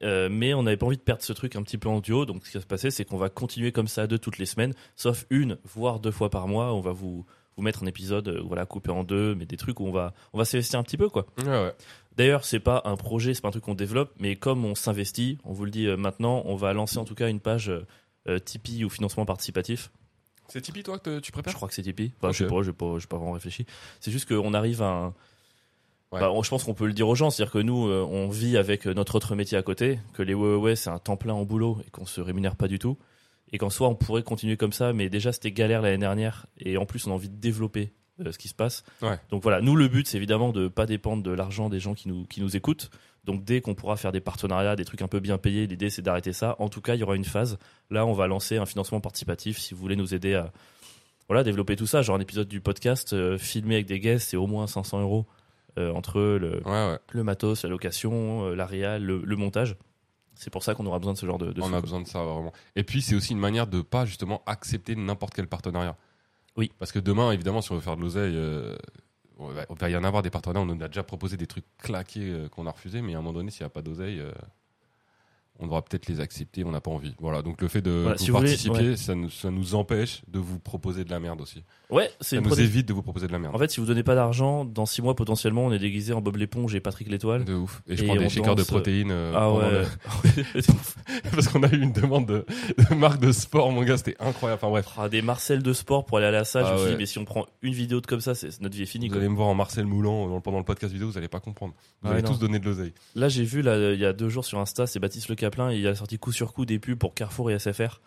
S2: Euh, mais on n'avait pas envie de perdre ce truc un petit peu en duo. Donc ce qui va se passer, c'est qu'on va continuer comme ça à deux toutes les semaines, sauf une, voire deux fois par mois. On va vous, vous mettre un épisode euh, voilà, coupé en deux, mais des trucs où on va, on va s'investir un petit peu. quoi.
S1: Ouais, ouais.
S2: D'ailleurs, c'est pas un projet, c'est pas un truc qu'on développe, mais comme on s'investit, on vous le dit euh, maintenant, on va lancer en tout cas une page euh, euh, Tipeee ou financement participatif.
S1: C'est Tipeee, toi, que te- tu
S2: Je
S1: prépares
S2: crois que c'est Tipeee. Enfin, Je sais
S1: Ok.
S2: pas, je pas, j'ai pas vraiment réfléchi. C'est juste qu'on arrive à un.
S1: Ouais.
S2: Bah, on- je pense qu'on peut le dire aux gens, c'est-à-dire que nous, euh, on vit avec euh, notre autre métier à côté, que les Huawei, c'est un temps plein en boulot et qu'on se rémunère pas du tout. Et qu'en soi, on pourrait continuer comme ça, mais déjà, c'était galère l'année dernière. Et en plus, on a envie de développer euh, ce qui se passe.
S1: Ouais.
S2: Donc voilà, nous, le but, c'est évidemment de pas dépendre de l'argent des gens qui nous, qui nous écoutent. Donc dès qu'on pourra faire des partenariats, des trucs un peu bien payés, l'idée, c'est d'arrêter ça. En tout cas, il y aura une phase. Là, on va lancer un financement participatif si vous voulez nous aider à. Voilà, développer tout ça, genre un épisode du podcast euh, filmé avec des guests, c'est au moins 500 euros euh, entre le,
S1: Ouais, ouais.
S2: le matos, la location, euh, la réal, le, le montage. C'est pour ça qu'on aura besoin de ce genre de, de
S1: on
S2: sous,
S1: a
S2: quoi.
S1: besoin de ça vraiment. Et puis c'est aussi une manière de pas justement accepter n'importe quel partenariat.
S2: Oui.
S1: Parce que demain, évidemment, si on veut faire de l'oseille, euh, on va- on va y en avoir des partenaires. On nous a déjà proposé des trucs claqués euh, qu'on a refusés, mais à un moment donné, s'il n'y a pas d'oseille, euh, on devra peut-être les accepter. On n'a pas envie. Voilà. Donc le fait de
S2: Voilà,
S1: vous
S2: si vous voulez,
S1: participer, ça, nous, ça nous empêche de vous proposer de la merde aussi.
S2: Ouais,
S1: Ça
S2: c'est une
S1: nous
S2: produ-
S1: évite de vous proposer de la merde.
S2: En fait, si vous donnez pas d'argent, dans 6 mois potentiellement, on est déguisé en Bob l'éponge et Patrick l'étoile.
S1: De ouf. Et je
S2: Et
S1: prends
S2: on
S1: des shakers de
S2: danse, euh,
S1: protéines. euh,
S2: ah
S1: pendant
S2: ouais.
S1: le- Parce qu'on a eu une demande de, de marque de sport, mon gars. C'était incroyable. Enfin bref.
S2: Ah, des Marcel de sport pour aller à la salle.
S1: Ah
S2: je me suis dit,
S1: ouais.
S2: mais si on prend une vidéo de comme ça, c'est notre vie est finie.
S1: Vous
S2: quoi.
S1: allez me voir en Marcel Moulan euh, dans- pendant le podcast vidéo, vous allez pas comprendre. Vous
S2: Ah
S1: allez
S2: ouais,
S1: tous
S2: non.
S1: donner de l'oseille.
S2: Là, j'ai vu là, euh, il y a deux jours sur Insta, c'est Baptiste Le Caplin, il a sorti coup sur coup des pubs pour Carrefour et SFR.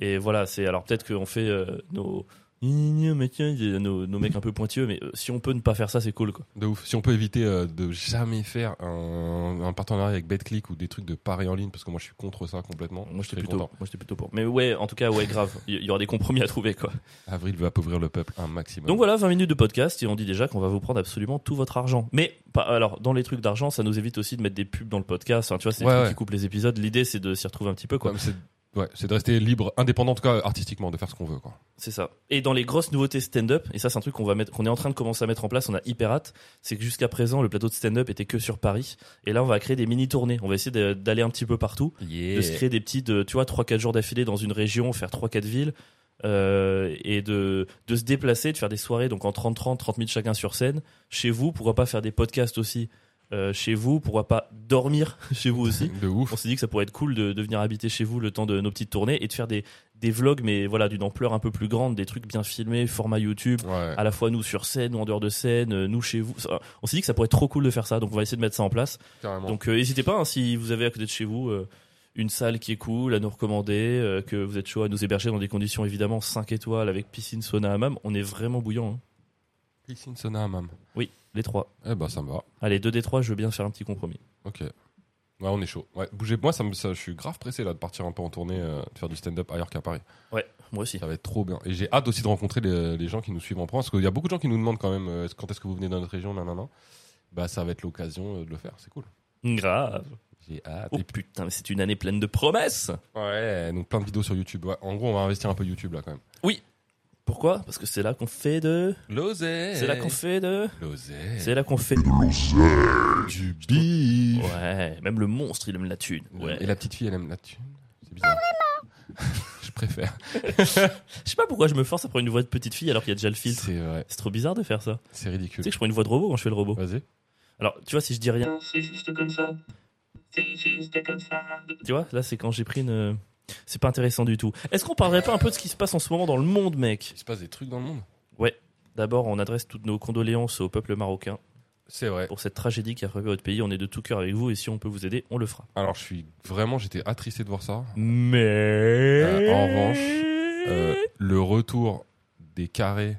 S2: Et voilà, c'est alors peut-être qu'on fait euh, nos... Mais tiens, il y a nos, nos mecs un peu pointilleux, mais euh, si on peut ne pas faire ça, c'est cool quoi.
S1: De ouf. Si on peut éviter euh, de jamais faire un, un partenariat avec BetClick ou des trucs de paris en ligne, parce que moi je suis contre ça complètement.
S2: Moi
S1: je suis
S2: j'étais
S1: très
S2: plutôt,
S1: content.
S2: moi, j'étais plutôt pour. Mais ouais, en tout cas, ouais, grave. Il y- y aura des compromis à trouver quoi.
S1: Avril veut appauvrir le peuple un maximum.
S2: Donc voilà, 20 minutes de podcast et on dit déjà qu'on va vous prendre absolument tout votre argent. Mais pas- alors, dans les trucs d'argent, ça nous évite aussi de mettre des pubs dans le podcast. Enfin, tu vois, c'est des
S1: Ouais,
S2: trucs
S1: ouais.
S2: qui coupent les épisodes. L'idée, c'est de s'y retrouver un petit peu quoi.
S1: Ouais, mais c'est ouais, c'est de rester libre, indépendant en tout cas artistiquement, de faire ce qu'on veut. Quoi.
S2: C'est ça. Et dans les grosses nouveautés stand-up, et ça c'est un truc qu'on va mettre, qu'on est en train de commencer à mettre en place, on a hyper hâte, c'est que jusqu'à présent le plateau de stand-up était que sur Paris, et là on va créer des mini tournées, on va essayer de- d'aller un petit peu partout, de se créer des petites, euh, tu vois, 3-4 jours d'affilée dans une région, faire 3-4 villes, euh, et de, de se déplacer, de faire des soirées, donc en 30-30, 30 000 chacun sur scène, chez vous, pourquoi pas faire des podcasts aussi euh, chez vous, pourquoi pas dormir chez vous aussi
S1: De ouf.
S2: on s'est dit que ça pourrait être cool de, de venir habiter chez vous le temps de nos petites tournées et de faire des, des vlogs, mais voilà, d'une ampleur un peu plus grande, des trucs bien filmés, format YouTube,
S1: Ouais.
S2: à la fois nous sur scène, nous en dehors de scène, euh, nous chez vous. Ça- On s'est dit que ça pourrait être trop cool de faire ça, donc on va essayer de mettre ça en place.
S1: carrément.
S2: Donc euh, n'hésitez pas, hein, si vous avez à côté de chez vous euh, une salle qui est cool, à nous recommander, euh, que vous êtes chaud à nous héberger dans des conditions évidemment 5 étoiles avec piscine, sauna, hammam, on est vraiment bouillant. hein.
S1: Piscine Sona, mam.
S2: Oui, les trois.
S1: Eh ben ça me va.
S2: Allez, deux des trois, je veux bien faire un petit compromis.
S1: Ok. Ouais, on est chaud. Ouais, bougez. Moi, ça me, ça, je suis grave pressé là de partir un peu en tournée, euh, de faire du stand-up ailleurs qu'à Paris.
S2: Ouais, moi aussi.
S1: Ça va être trop bien. Et j'ai hâte aussi de rencontrer les, les gens qui nous suivent en France. Parce qu'il y a beaucoup de gens qui nous demandent quand même euh, quand est-ce que vous venez dans notre région, nanana. Bah, ça va être l'occasion euh, de le faire. C'est cool.
S2: Grave.
S1: J'ai hâte.
S2: Oh putain, mais c'est une année pleine de promesses
S1: Oh. Ouais, donc plein de vidéos sur YouTube. Ouais, en gros, on va investir un peu YouTube là quand même.
S2: Pourquoi Parce que c'est là qu'on fait de.
S1: L'oseille.
S2: C'est là qu'on fait de.
S1: L'oseille.
S2: C'est là qu'on fait.
S1: Du bif.
S2: Ouais, même le monstre, il aime la thune. Ouais.
S1: Et la petite fille, elle aime la thune. C'est bizarre. je préfère.
S2: Je sais pas pourquoi je me force à prendre une voix de petite fille alors qu'il y a déjà le filtre.
S1: C'est vrai.
S2: C'est trop bizarre de faire ça. Tu
S1: C'est ridicule.
S2: sais que je prends une voix de robot quand je fais le robot.
S1: Vas-y.
S2: Alors, tu vois, si je dis rien,
S4: C'est juste comme ça. C'est juste comme ça.
S2: tu vois, là, c'est quand j'ai pris une. C'est pas intéressant du tout. Est-ce qu'on parlerait pas un peu de ce qui se passe en ce moment dans le monde, mec
S1: Il se passe des trucs dans le monde.
S2: D'abord, on adresse toutes nos condoléances au peuple marocain
S1: C'est vrai.
S2: pour cette tragédie qui a frappé votre pays. On est de tout cœur avec vous et si on peut vous aider, on le fera.
S1: Alors, je suis vraiment, j'étais attristé de voir ça.
S2: Mais.
S1: Euh, en revanche, Euh, le retour des carrés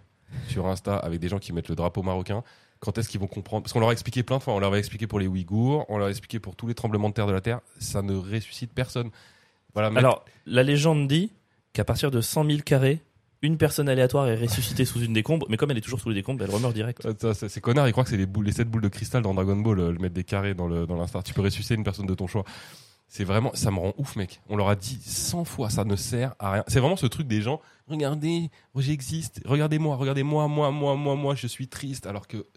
S1: sur Insta avec des gens qui mettent le drapeau marocain. Quand est-ce qu'ils vont comprendre Parce qu'on leur a expliqué plein de fois. On leur a expliqué pour les Ouïghours, on leur a expliqué pour tous les tremblements de terre de la Terre. Ça ne ressuscite personne. Voilà. mec.
S2: Alors, la légende dit qu'à partir de 100 000 carrés, une personne aléatoire est ressuscitée sous une décombre, mais comme elle est toujours sous les décombres, elle remeurt direct.
S1: Ça, Euh, ça, ça, ces connards, ils croient que c'est les, boules, les 7 boules de cristal dans Dragon Ball, euh, le mettre des carrés dans le- dans l'instar. tu peux ressusciter une personne de ton choix. C'est vraiment, ça me rend ouf, mec. On leur a dit 100 fois, ça ne sert à rien. C'est vraiment ce truc des gens, regardez, j'existe, regardez-moi, regardez-moi, moi, moi, moi, moi, je suis triste. Alors que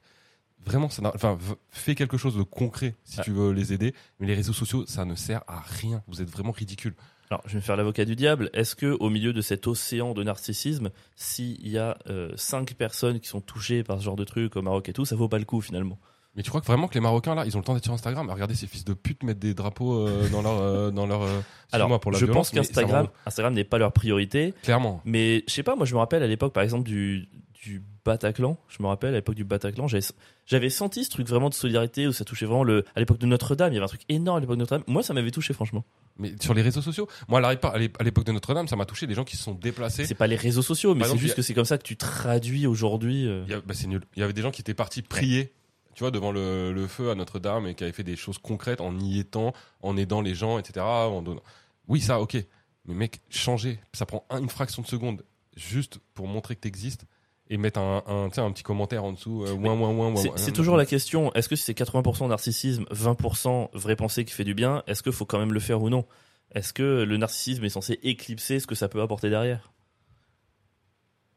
S1: vraiment, ça n'a- enfin, v- fais quelque chose de concret si
S2: Ah.
S1: tu veux les aider. Mais les réseaux sociaux, ça ne sert à rien. Vous êtes vraiment ridicule.
S2: Alors, je vais me faire l'avocat du diable. Est-ce que, au milieu de cet océan de narcissisme, s'il y a euh, cinq personnes qui sont touchées par ce genre de truc au Maroc et tout, ça vaut pas le coup finalement
S1: Mais tu crois que vraiment que les Marocains, là, ils ont le temps d'être sur Instagram à regarder ces fils de pute mettre des drapeaux euh, dans leur. euh, dans leur euh, excuse-moi
S2: Alors,
S1: pour la
S2: je
S1: violence,
S2: pense
S1: mais ça me
S2: qu'Instagram,
S1: rend-
S2: Instagram n'est pas leur priorité.
S1: Clairement.
S2: Mais je sais pas, moi je me rappelle à l'époque par exemple du, du Bataclan, je me rappelle à l'époque du Bataclan, j'avais- j'avais senti ce truc vraiment de solidarité où ça touchait vraiment le. À l'époque de Notre-Dame, il y avait un truc énorme à l'époque de Notre-Dame. Moi ça m'avait touché franchement.
S1: Mais sur les réseaux sociaux, moi à la répa- à l'ép- à l'époque de Notre-Dame, ça m'a touché des gens qui se sont déplacés.
S2: C'est pas les réseaux sociaux, mais
S1: Par
S2: c'est
S1: exemple, il y
S2: juste
S1: a-
S2: que c'est comme ça que tu traduis aujourd'hui. euh.
S1: Il y, a- bah, c'est nul. Il y avait des gens qui étaient partis prier, tu vois, devant le, le feu à Notre-Dame et qui avaient fait des choses concrètes en y étant, en aidant les gens, etc. En donnant... Oui, ça, ok. Mais mec, changer, ça prend un- une fraction de seconde juste pour montrer que t'existes et mettre un, un, tu sais, un petit commentaire en dessous. euh, ouin, ouin, ouin, ouin,
S2: C'est
S1: ouin.
S2: c'est toujours la question, est-ce que si c'est 80% narcissisme, 20% vraie pensée qui fait du bien, est-ce qu'il faut quand même le faire ou non Est-ce que le narcissisme est censé éclipser ce que ça peut apporter derrière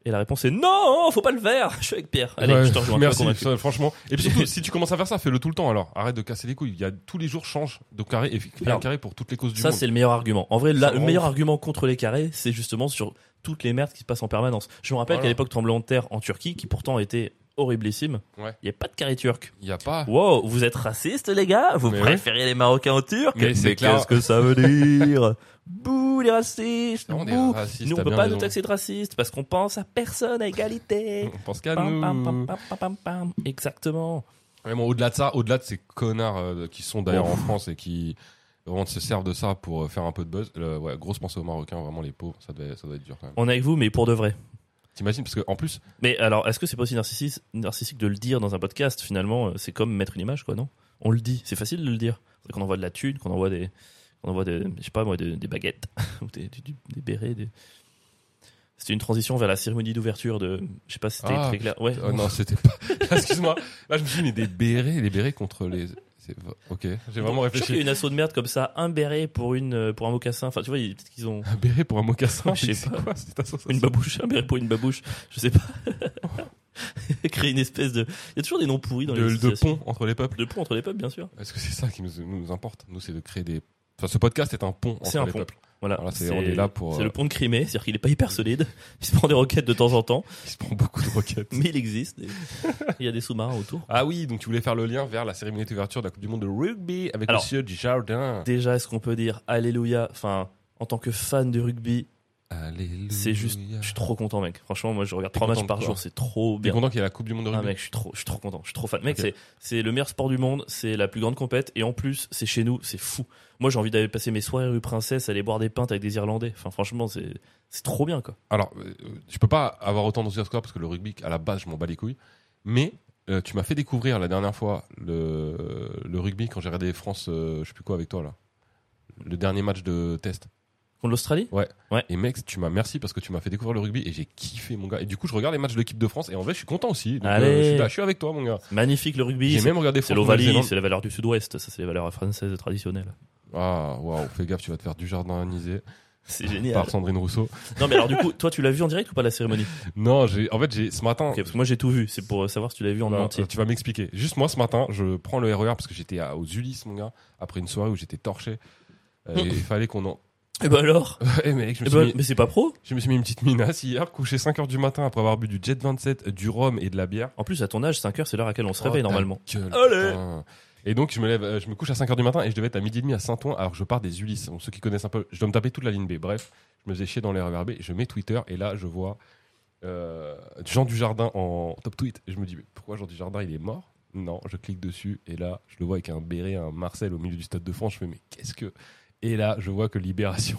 S2: Et la réponse est non, faut pas le faire Je suis avec Pierre. Allez,
S1: Ouais,
S2: je te rejoins. je suis
S1: Merci,
S2: convaincu.
S1: ça, franchement. Et puis surtout, si tu commences à faire ça, fais-le tout le temps alors. Arrête de casser les couilles. Il y a, tous les jours, change de carré et fais un
S2: Alors,
S1: carré pour toutes les causes du
S2: Ça,
S1: monde.
S2: c'est le meilleur argument. En vrai,
S1: Ça
S2: là,
S1: me
S2: le
S1: rend
S2: meilleur
S1: ouf.
S2: argument contre les carrés, c'est justement sur toutes les merdes qui se passent en permanence. Je me rappelle
S1: Voilà.
S2: qu'à l'époque tremblement de terre en Turquie, qui pourtant était horriblissime, il
S1: Ouais.
S2: n'y avait pas de carré turc.
S1: Il n'y a pas.
S2: Wow, vous êtes raciste, les gars Vous
S1: Mais
S2: préférez les Marocains aux Turcs
S1: Mais c'est clair.
S2: qu'est-ce que ça veut dire Bouh, les racistes
S1: C'est vraiment des
S2: bouh.
S1: racistes,
S2: Nous, on
S1: t'as
S2: peut
S1: bien
S2: pas
S1: raison.
S2: nous taxer de racistes parce qu'on pense à personne à égalité.
S1: On pense qu'à
S2: Pam, pam, pam,
S1: nous.
S2: pam, pam, pam, pam. Exactement.
S1: Mais bon, au-delà de ça, au-delà de ces connards euh, qui sont d'ailleurs en France et qui vraiment se servent de ça pour euh, faire un peu de buzz, euh, ouais, grosse pensée aux Marocains, vraiment les pauvres, ça, devait- ça doit être dur quand même.
S2: On est avec vous, mais pour de vrai.
S1: T'imagines Parce qu'en plus,
S2: Mais alors, est-ce que c'est pas aussi narcissique, narcissique de le dire dans un podcast Finalement, euh, c'est comme mettre une image, quoi, non On le dit, c'est facile de le dire. C'est qu'on envoie de la thune, qu'on envoie des, qu'on envoie des, je sais pas moi, des, des baguettes ou des, du- du- des bérets. Des... C'était une transition vers la cérémonie d'ouverture de, je sais pas, si c'était
S1: Ah,
S2: très clair. Ouais.
S1: euh, non, c'était pas. Excuse-moi. Là, je me suis dit, mais des bérets, les bérets contre les. c'est- Ok, j'ai vraiment
S2: Je crois qu'il y a
S1: réfléchi.
S2: une assaut de merde comme ça, un béret pour une, euh, pour un mocassin. Enfin, tu vois, ils- peut-être qu'ils ont
S1: Un béret pour un mocassin,
S2: Je sais
S1: mais c'est
S2: pas.
S1: quoi cette association
S2: une babouche, un béret pour une babouche. Je sais pas. Créer une espèce de, il y a toujours des noms pourris dans les
S1: de, de
S2: associations.
S1: pont entre les peuples.
S2: De pont entre les peuples, bien sûr.
S1: Est-ce que c'est ça qui nous, nous importe Nous, c'est de créer des. Enfin, ce podcast est un pont entre
S2: C'est un
S1: les
S2: pont.
S1: peuples.
S2: Voilà,
S1: Voilà, c'est- on est là pour,
S2: c'est
S1: euh,
S2: le pont de Crimée, c'est-à-dire qu'il est pas hyper solide. Il se prend des roquettes de temps en temps,
S1: Il se prend beaucoup de roquettes.
S2: mais il existe. et il y a des sous-marins autour.
S1: Ah oui, donc tu voulais faire le lien vers la cérémonie d'ouverture de la Coupe du Monde de rugby avec
S2: Alors,
S1: Monsieur Dujardin.
S2: Déjà, est-ce qu'on peut dire Alléluia Enfin, en tant que fan de rugby,
S1: Alléluia.
S2: c'est juste. Je suis trop content, mec. Franchement, moi, je regarde
S1: T'es
S2: trois
S1: content
S2: matchs
S1: de
S2: par
S1: quoi
S2: jour, c'est trop
S1: T'es
S2: bien.
S1: content qu'il y ait la Coupe du Monde de
S2: Ah,
S1: rugby
S2: mec, je suis trop, je suis trop content, je suis trop fan. Mec,
S1: Ok.
S2: c'est- c'est le meilleur sport du monde, c'est la plus grande compète, et en plus, c'est chez nous, c'est fou. Moi, j'ai envie d'aller passer mes soirées rue Princesse, aller boire des pintes avec des Irlandais. Enfin, franchement, c'est c'est trop bien, quoi.
S1: Alors, euh, je peux pas avoir autant d'enthousiasme que toi parce que le rugby, à la base, je m'en bats les couilles. Mais euh, tu m'as fait découvrir la dernière fois le, le rugby quand j'ai regardé France, euh, je sais plus quoi avec toi là. Le dernier match de test.
S2: Contre l'Australie
S1: Et mec, tu m'as merci parce que tu m'as fait découvrir le rugby et j'ai kiffé mon gars. Et du coup, je regarde les matchs de l'équipe de France et en vrai, je suis content aussi. Donc, euh,
S2: Allez.
S1: je, suis là, je suis avec toi mon gars.
S2: Magnifique le rugby.
S1: J'ai
S2: c'est-
S1: même regardé
S2: C'est
S1: France.
S2: l'Ovalie,
S1: Nouvelle-Zélande.
S2: c'est la valeur du Sud-Ouest, ça c'est les valeurs françaises traditionnelles.
S1: Ah waouh, fais gaffe, tu vas te faire du jardiniser
S2: C'est génial.
S1: par Sandrine Rousseau.
S2: Non mais alors du coup, toi tu l'as vu en direct ou pas la cérémonie
S1: Non, j'ai en fait j'ai ce matin.
S2: Ok, parce que moi j'ai tout vu, c'est pour savoir si tu l'as vu en
S1: Non,
S2: entier.
S1: tu vas m'expliquer. Juste moi ce matin, je prends E le RER parce que j'étais à- aux Ulysses mon gars après une soirée où j'étais torché. Euh, et Il fallait qu'on en
S2: Et bah alors
S1: Eh, mec, je me suis
S2: Eh ben,
S1: mis-
S2: Mais c'est pas pro
S1: Je me suis mis une petite minasse hier, couché 5h du matin après avoir bu du Jet 27, du rhum et de la bière.
S2: En plus, à ton âge, 5 heures, c'est l'heure à laquelle on se
S1: Oh,
S2: réveille
S1: ta
S2: normalement.
S1: gueule,
S2: Allez
S1: putain. Et donc, je me lève, euh, je me couche à 5h du matin et je devais être à midi et demi à Saint-Ouen alors que je pars des Ulysses. Bon, ceux qui connaissent un peu, je dois me taper toute la ligne B. Bref, je me faisais chier dans les RER B. Je mets Twitter et là, je vois euh, Jean Dujardin en top tweet. Et je me dis, mais pourquoi Jean Dujardin, il est mort Non, je clique dessus et là, je le vois avec un béret, un Marcel au milieu du Stade de France. Je fais, mais qu'est-ce que. Et là, je vois que Libération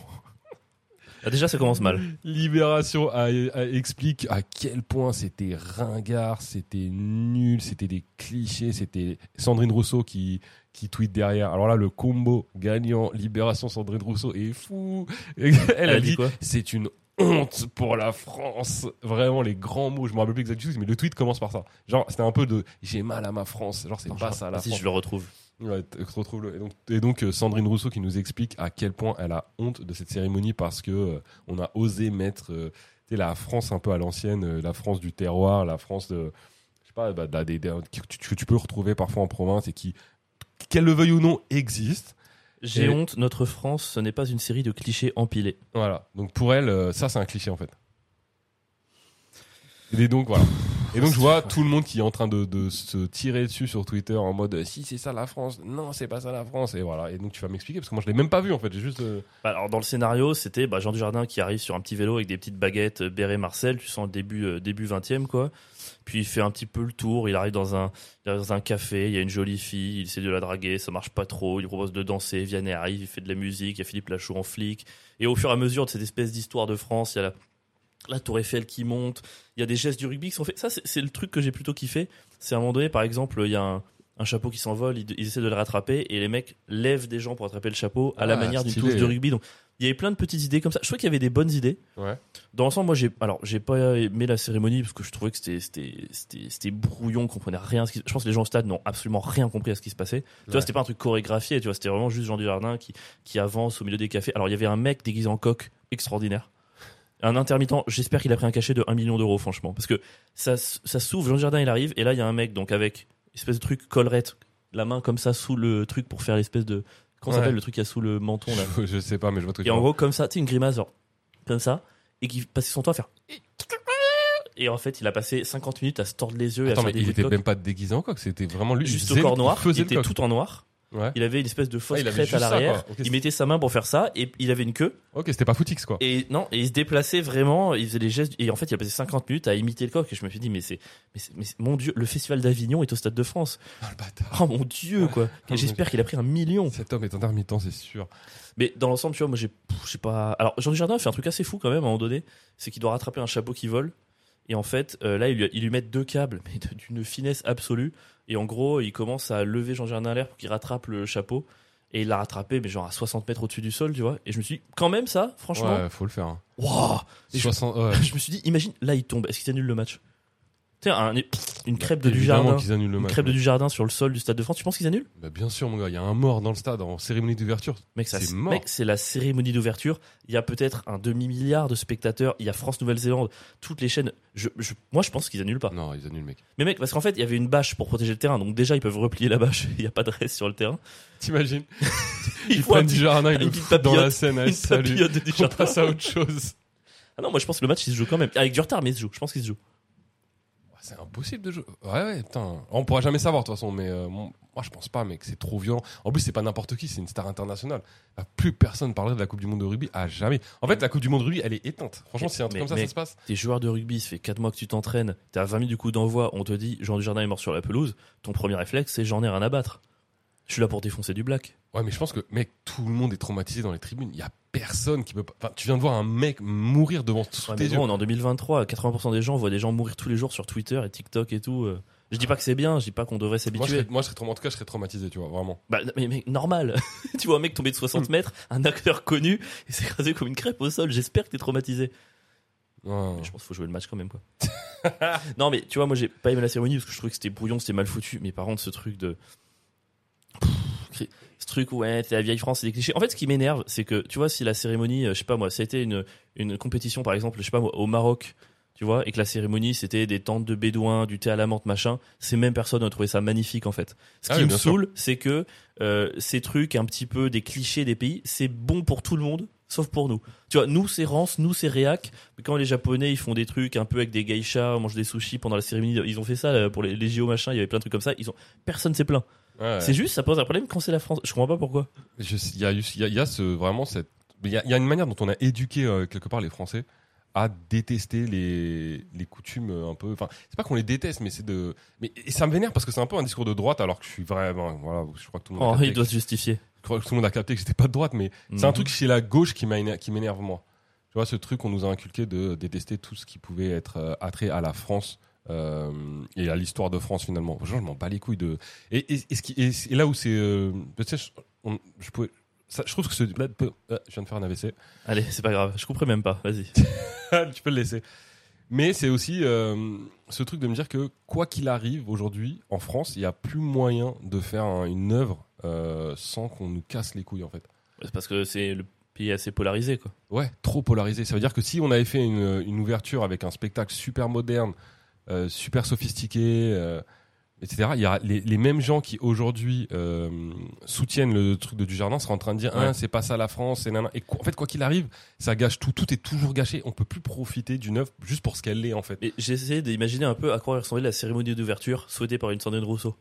S2: Ah, déjà, ça commence mal.
S1: Libération a- a- explique à quel point c'était ringard, c'était nul, c'était des clichés, c'était Sandrine Rousseau qui, qui tweet derrière. Alors là, le combo gagnant Libération Sandrine Rousseau est fou. Elle,
S2: Elle
S1: a dit,
S2: quoi
S1: c'est une honte pour la France. Vraiment, les grands mots, je me rappelle plus exactement, mais le tweet commence par ça. Genre, c'était un peu de j'ai mal à ma France. Genre, c'est
S2: Attends,
S1: pas
S2: je-
S1: ça la
S2: bah, Ah, si
S1: France.
S2: je le retrouve.
S1: Ouais, t- je retrouve le- Et donc, et donc, euh, Sandrine Rousseau qui nous explique à quel point elle a honte de cette cérémonie parce que euh, on a osé mettre euh, tu sais, la France un peu à l'ancienne, euh, la France du terroir, la France de, je sais pas, bah, de la- des- des- que tu, que tu peux retrouver parfois en province et qui, qu'elle le veuille ou non, existe.
S2: J'ai
S1: Et-
S2: honte, notre France, ce n'est pas une série de clichés empilés.
S1: Voilà. Donc pour elle, euh, ça c'est un cliché en fait. Et donc voilà. Et donc je vois tout le monde qui est en train de, de se tirer dessus sur Twitter en mode euh, si c'est ça la France, non c'est pas ça la France et voilà. Et donc tu vas m'expliquer parce que moi je l'ai même pas vu en fait. J'ai juste euh,
S2: Bah, Alors, dans le scénario, c'était bah, Jean Dujardin qui arrive sur un petit vélo avec des petites baguettes, euh, béret Marcel, tu sens le début, euh, début 20 e quoi. Puis il fait un petit peu le tour, il arrive dans un, il arrive dans un café, il y a une jolie fille, il essaie de la draguer, ça marche pas trop, il propose de danser, Vianney arrive, il fait de la musique, il y a Philippe Lachaud en flic. Et au fur et à mesure de cette espèce d'histoire de France, il y a la, la tour Eiffel qui monte, il y a des gestes du rugby qui sont faits. Ça, c'est- c'est le truc que j'ai plutôt kiffé. C'est à un moment donné, par exemple, il y a un, un chapeau qui s'envole, ils, ils essaient de le rattraper et les mecs lèvent des gens pour attraper le chapeau à la
S1: Ah,
S2: manière d'une
S1: stylé.
S2: touche de rugby. Donc, il y avait plein de petites idées comme ça. Je trouvais qu'il y avait des bonnes idées.
S1: Ouais.
S2: Dans l'ensemble, moi, j'ai alors j'ai pas aimé la cérémonie parce que je trouvais que c'était c'était c'était c'était brouillon, on comprenait rien. à ce qui- Je pense que les gens au stade n'ont absolument rien compris à ce qui se passait. Tu vois,
S1: Ouais.
S2: c'était pas un truc chorégraphié. Tu vois, c'était vraiment juste Jean Dujardin qui qui avance au milieu des cafés. Alors, il y avait un mec déguisé en coq extraordinaire. Un intermittent, j'espère qu'il a pris un cachet de 1 million d'euros, franchement. Parce que ça, s- ça s'ouvre, Jean Dujardin il arrive, et là il y a un mec donc avec une espèce de truc collerette, la main comme ça sous le truc pour faire l'espèce de. Comment ça
S1: Ouais.
S2: s'appelle le truc qu'il y a sous le menton là
S1: je, je sais pas mais je vois tout.
S2: et en gros, comme ça, tu sais, une grimace, genre, comme ça, et qui passait son temps à faire. Et en fait, il a passé 50 minutes à se tordre les yeux et à
S1: Attends
S2: faire
S1: mais
S2: des
S1: il
S2: bruits de
S1: était
S2: coq.
S1: même pas déguisé en coq, c'était vraiment lui. il
S2: Juste au
S1: faisait le-
S2: corps noir,
S1: il faisait
S2: il
S1: le
S2: était
S1: coq.
S2: tout en noir.
S1: Ouais.
S2: Il avait une espèce de
S1: Ah,
S2: fausse
S1: il avait
S2: crête à
S1: juste ça,
S2: l'arrière.
S1: quoi. Ok, c'est-
S2: il mettait sa main pour faire ça, et il avait une queue.
S1: Ok c'était pas Footix quoi.
S2: Et non, et il se déplaçait vraiment, il faisait des gestes, et en fait, il a passé 50 minutes à imiter le coq, et je me suis dit, mais c'est, mais c'est- mais c'est- mon dieu, le festival d'Avignon est au Stade de France.
S1: Ah, le bâtard.
S2: Oh mon dieu, quoi.
S1: mon
S2: J'espère qu'il a pris un million.
S1: Cet homme est intermittent c'est sûr.
S2: Mais dans l'ensemble, tu vois, moi, j'ai, pff, je sais pas. Alors, Jean Dujardin fait un truc assez fou quand même, à un moment donné. C'est qu'il doit rattraper un chapeau qui vole. Et en fait, euh, là, ils lui, ils lui mettent deux câbles, mais de- d'une finesse absolue. Et en gros, il commence à lever Jean Dujardin à l'air pour qu'il rattrape le chapeau. Et il l'a rattrapé, mais genre à 60 mètres au-dessus du sol, tu vois. Et je me suis dit, quand même, ça, franchement,
S1: Ouais faut le faire. hein.
S2: waouh Et je-
S1: 60 ouais.
S2: Je me suis dit, imagine, là, il tombe. Est-ce qu'ils annulent le match Tu sais, un- une crêpe de
S1: Bah, Évidemment
S2: Dujardin.
S1: qu'ils annulent le
S2: Une
S1: match.
S2: crêpe de Dujardin sur le sol du Stade de France. Tu penses qu'ils annulent
S1: Bah, bien sûr mon gars, il y a un mort dans le stade en cérémonie d'ouverture.
S2: Mec, ça-
S1: C'est mort.
S2: mec, c'est la cérémonie d'ouverture. Il y a peut-être un demi-milliard de spectateurs. Il y a France-Nouvelle-Zélande. Toutes les chaînes. Je, je- moi, je pense qu'ils annulent pas.
S1: Non ils annulent mec.
S2: Mais mec, parce qu'en fait, il y avait une bâche pour protéger le terrain. Donc déjà, ils peuvent replier la bâche. Il n'y a pas de reste sur le terrain.
S1: T'imagines
S2: Ils
S1: Ils
S2: font un
S1: prennent
S2: petit-
S1: du jardin, ils
S2: une
S1: le
S2: petite
S1: foutent dans la
S2: papillote,
S1: scène.
S2: une
S1: Allez, salut.
S2: papillote de
S1: On
S2: Dujardin.
S1: passe à autre chose.
S2: Ah non, moi, je pense que le match, il se joue quand même. Avec du retard, mais il se joue. Je pense qu'il se joue.
S1: C'est impossible de jouer. Ouais, ouais, putain. On pourra jamais savoir, de toute façon, mais euh, mon- moi, je pense pas, mec. C'est trop violent. En plus, c'est pas n'importe qui, c'est une star internationale. Bah, plus personne parlerait de la Coupe du Monde de rugby à jamais. En fait, la Coupe du Monde de rugby, elle est éteinte. Franchement, si un truc
S2: Mais-
S1: comme ça,
S2: mais-
S1: ça se passe.
S2: T'es joueur de rugby, ça fait 4 mois que tu t'entraînes. T'es à 20 minutes du coup d'envoi. On te dit, Jean Dujardin est mort sur la pelouse. Ton premier réflexe, c'est j'en ai rien à battre. Je suis là pour défoncer du black.
S1: Ouais, mais je pense que, mec, tout le monde est traumatisé dans les tribunes. Il y a personne qui peut pas. Enfin, tu viens de voir un mec mourir devant tous
S2: Ouais, mais
S1: tes yeux.
S2: bon, on est en 2023, 80% des gens voient des gens mourir tous les jours sur Twitter et TikTok et tout. euh. Je dis pas que c'est bien, je dis pas qu'on devrait
S1: Moi, je
S2: s'habituer.
S1: serais, moi, je serais trauma- en tout cas, je serais traumatisé, tu vois, vraiment.
S2: Bah, mais, mais normal. tu vois un mec tomber de 60
S1: Hmm.
S2: mètres, un acteur connu, et s'écraser comme une crêpe au sol. J'espère que t'es traumatisé.
S1: Ouais.
S2: Mais je pense qu'il faut jouer le match quand même, quoi. non, mais tu vois, moi j'ai pas aimé la cérémonie parce que je trouvais que c'était brouillon, c'était mal foutu. Mais par contre, ce truc de. Pff, Ce truc, ouais, t'es la vieille France, c'est des clichés. En fait, ce qui m'énerve, c'est que, tu vois, si la cérémonie, euh, je sais pas moi, c'était une, une compétition, par exemple, je sais pas moi, au Maroc, tu vois, et que la cérémonie, c'était des tentes de bédouins, du thé à la menthe, machin, ces mêmes personnes ont trouvé ça magnifique, en fait. Ce
S1: Ah
S2: qui
S1: oui,
S2: me
S1: bien sûr.
S2: saoule, c'est que euh, ces trucs un petit peu des clichés des pays, c'est bon pour tout le monde, sauf pour nous. Tu vois, nous c'est rance, nous c'est réac. Mais quand les Japonais ils font des trucs un peu avec des geishas, mangent des sushis pendant la cérémonie, ils ont fait ça euh, pour les, les JO machin, il y avait plein de trucs comme ça. Ils ont personne s'est plaint.
S1: Ouais.
S2: C'est juste, ça pose un problème quand c'est la France. Je comprends pas pourquoi.
S1: Je sais- Il y a, eu- il y a- il y a ce, vraiment cette. Il y, a, il y a une manière dont on a éduqué euh, quelque part les Français à détester les, les coutumes euh, un peu. Enfin, c'est pas qu'on les déteste, mais c'est de. Mais et ça me vénère parce que c'est un peu un discours de droite, alors que je suis vraiment. Voilà, je crois que tout le monde. a
S2: Oh,
S1: capté
S2: il
S1: que-
S2: doit se justifier.
S1: je crois que tout le monde a capté que j'étais pas de droite, mais c'est un
S2: Mhm.
S1: truc chez la gauche qui m'a éner- qui m'énerve moi. Tu vois, ce truc qu'on nous a inculqué de détester tout ce qui pouvait être euh, attrait à la France euh, et à l'histoire de France finalement. Genre, je m'en bats les couilles de. Et, et- et ce qui- et c- et là où c'est, euh, tu sais, je, on- je pouvais. ça- je trouve que ce. là, peu- ah, je viens de faire un AVC.
S2: Allez, c'est pas grave. Je couperai même pas. Vas-y.
S1: tu peux le laisser. Mais c'est aussi euh, ce truc de me dire que quoi qu'il arrive aujourd'hui en France, il n'y a plus moyen de faire un- une œuvre euh, sans qu'on nous casse les couilles en fait.
S2: C'est parce que c'est le pays assez polarisé quoi.
S1: Ouais, trop polarisé. Ça veut dire que si on avait fait une, une ouverture avec un spectacle super moderne, euh, super sophistiqué, euh, etc., il y a les, les mêmes gens qui aujourd'hui euh, soutiennent le truc de Dujardin seraient en train de dire
S2: Ouais.
S1: Ah, c'est pas ça la France, et, nanana. et quoi- en fait, quoi qu'il arrive, ça gâche tout. Tout est toujours gâché. On peut plus profiter d'une œuvre juste pour ce qu'elle est, en fait.
S2: Mais j'ai essayé d'imaginer un peu à quoi ressemblait la cérémonie d'ouverture souhaitée par une Sandrine Rousseau.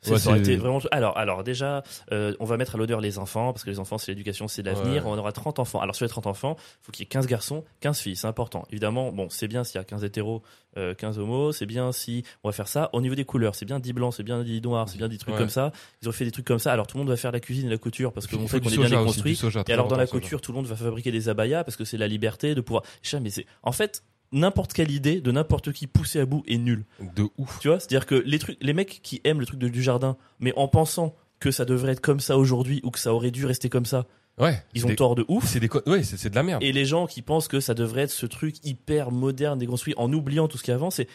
S2: C'est-
S1: Ouais,
S2: ça aurait
S1: c'est-
S2: été vraiment... Alors, alors déjà, euh, on va mettre à l'odeur les enfants, parce que les enfants, c'est l'éducation, c'est l'avenir.
S1: Ouais.
S2: On aura 30 enfants. Alors, sur les 30 enfants, faut qu'il y ait 15 garçons, 15 filles, c'est important. Évidemment, bon, c'est bien s'il y a 15 hétéros, euh, 15 homos, c'est bien si on va faire ça. Au niveau des couleurs, c'est bien 10 blancs, c'est bien 10 noirs, c'est bien 10 trucs
S1: Ouais.
S2: comme ça. Ils ont fait des trucs comme ça. Alors, tout le monde va faire la cuisine et la couture, parce que
S1: Il
S2: on
S1: faut
S2: sait
S1: du
S2: qu'on est bien
S1: soja aussi,
S2: déconstruit.
S1: du soja,
S2: Et
S1: très
S2: alors dans la
S1: important, ça.
S2: couture, tout le monde va fabriquer des abayas parce que c'est la liberté de pouvoir. Je sais, Mais c'est en fait n'importe quelle idée de n'importe qui poussée à bout est nulle.
S1: De ouf.
S2: Tu vois, c'est-à-dire que les trucs, les mecs qui aiment le truc de, du jardin, mais en pensant que ça devrait être comme ça aujourd'hui ou que ça aurait dû rester comme ça,
S1: Ouais.
S2: ils
S1: c'est
S2: ont
S1: des- Ah.
S2: tort de ouf.
S1: C'est des co- ouais, c'est c'est de la merde.
S2: Et les gens qui pensent que ça devrait être ce truc hyper moderne déconstruit en oubliant tout ce qu'il y a avant, c'est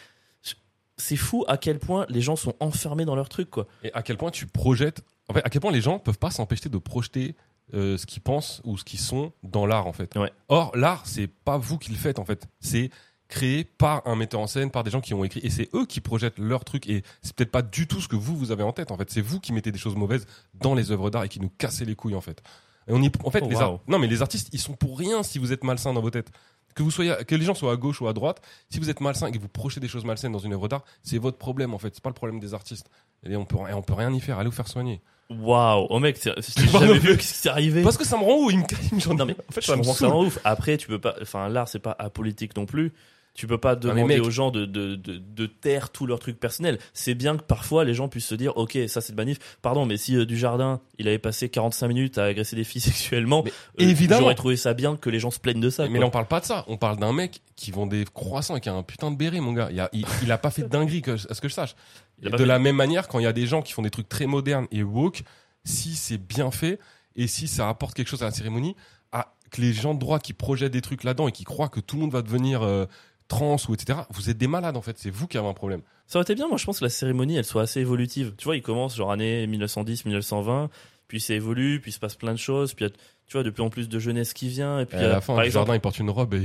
S2: c'est fou à quel point les gens sont enfermés dans leur truc quoi.
S1: et à quel point tu projettes en fait à quel point les gens peuvent pas s'empêcher de projeter euh, ce qu'ils pensent ou ce qu'ils sont dans l'art en fait
S2: Ouais.
S1: or l'art c'est pas vous qui le faites en fait c'est créé par un metteur en scène par des gens qui ont écrit et c'est eux qui projettent leur truc et c'est peut-être pas du tout ce que vous vous avez en tête en fait c'est vous qui mettez des choses mauvaises dans les œuvres d'art et qui nous cassez les couilles en fait et on y en fait
S2: Oh,
S1: les
S2: waouh.
S1: ar- non mais les artistes ils sont pour rien si vous êtes malsain dans vos têtes que vous soyez que les gens soient à gauche ou à droite si vous êtes malsain et que vous projetez des choses malsaines dans une œuvre d'art c'est votre problème en fait c'est pas le problème des artistes et on peut, et on peut rien y faire, allez vous faire soigner.
S2: Waouh, oh mec, c'est- j'ai
S1: Pardon,
S2: jamais
S1: mais-
S2: vu que c'est arrivé.
S1: Parce que ça me rend ouf, il me calme, j'en
S2: Non mais
S1: en fait,
S2: je
S1: ça me
S2: comprends que ça
S1: saoule.
S2: rend ouf. Après, tu peux pas. Enfin, l'art c'est pas apolitique non plus. Tu peux pas
S1: mais
S2: demander
S1: mec.
S2: aux gens de, de, de, de taire tout leur truc personnel. C'est bien que parfois les gens puissent se dire, ok, ça c'est de manif. Pardon, mais si du jardin, il avait passé 45 minutes à agresser des filles sexuellement,
S1: Mais
S2: euh,
S1: évidemment.
S2: j'aurais trouvé ça bien que les gens se plaignent de ça.
S1: Mais
S2: quoi.
S1: là, on parle pas de ça. On parle d'un mec qui vend des croissants et qui a un putain de béret, mon gars. Il a, il, il a pas fait de dinguerie, que, à ce que je sache.
S2: Il a
S1: Et
S2: pas
S1: de
S2: fait-
S1: la même manière, quand il y a des gens qui font des trucs très modernes et woke, si c'est bien fait et si ça apporte quelque chose à la cérémonie, à que les gens de droite qui projettent des trucs là-dedans et qui croient que tout le monde va devenir euh, trans ou etc., vous êtes des malades en fait. C'est vous qui avez un problème.
S2: Ça aurait été bien, moi je pense que la cérémonie elle soit assez évolutive. Tu vois, il commence genre année 1910, 1920, puis ça évolue, puis il se passe plein de choses, puis il y a, tu vois, de plus en plus de jeunesse qui vient, et puis
S1: Et
S2: il y
S1: à
S2: a,
S1: la fin,
S2: Euh, par
S1: le
S2: exemple,
S1: jardin, il porte une robe et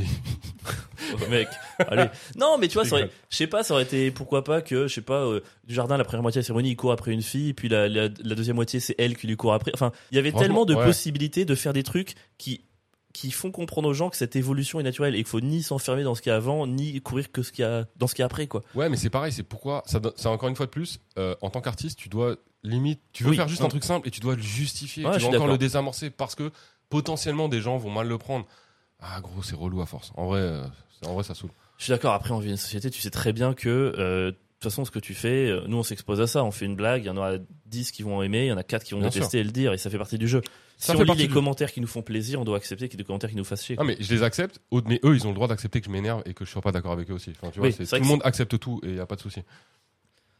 S2: Oh, mec, allez. Non, mais tu vois, ça aurait-
S1: rigole.
S2: je sais pas, ça aurait été pourquoi pas que, je sais pas, euh, du jardin, la première moitié de la cérémonie, il court après une fille, puis la, la, la deuxième moitié, c'est elle qui lui court après. Enfin, il y avait
S1: Franchement,
S2: tellement de
S1: ouais.
S2: possibilités de faire des trucs qui qui font comprendre aux gens que cette évolution est naturelle et qu'il faut ni s'enfermer dans ce qu'il y a avant, ni courir que ce qu'il y a dans ce qu'il y a après, quoi.
S1: Ouais, mais c'est pareil, c'est pourquoi. Ça, do- ça, encore une fois de plus, euh, en tant qu'artiste, tu dois limite. Tu veux
S2: Oui,
S1: faire juste
S2: non.
S1: un truc simple et tu dois le justifier.
S2: Ouais, je
S1: tu
S2: suis
S1: dois encore
S2: d'accord.
S1: le désamorcer parce que potentiellement des gens vont mal le prendre. Ah, gros, c'est relou à force. En vrai, euh, c'est- en vrai ça saoule.
S2: Je suis d'accord. Après, on vit dans une société, tu sais très bien que, euh, de toute façon, ce que tu fais, euh, nous, on s'expose à ça. On fait une blague, il y en aura 10 qui vont aimer, il y en a 4 qui vont
S1: Bien
S2: détester et le dire, et ça fait partie du jeu.
S1: Ça
S2: si
S1: fait
S2: on lit
S1: partie
S2: les
S1: du-
S2: commentaires qui nous font plaisir, on doit accepter qu'il y ait des commentaires qui nous fassent chier.
S1: Non, mais je les accepte, au- mais eux, ils ont le droit d'accepter que je m'énerve et que je sois pas d'accord avec eux aussi. Enfin, tu vois,
S2: Oui,
S1: c'est-
S2: c'est vrai
S1: tout
S2: que
S1: le monde accepte tout et y a pas de souci.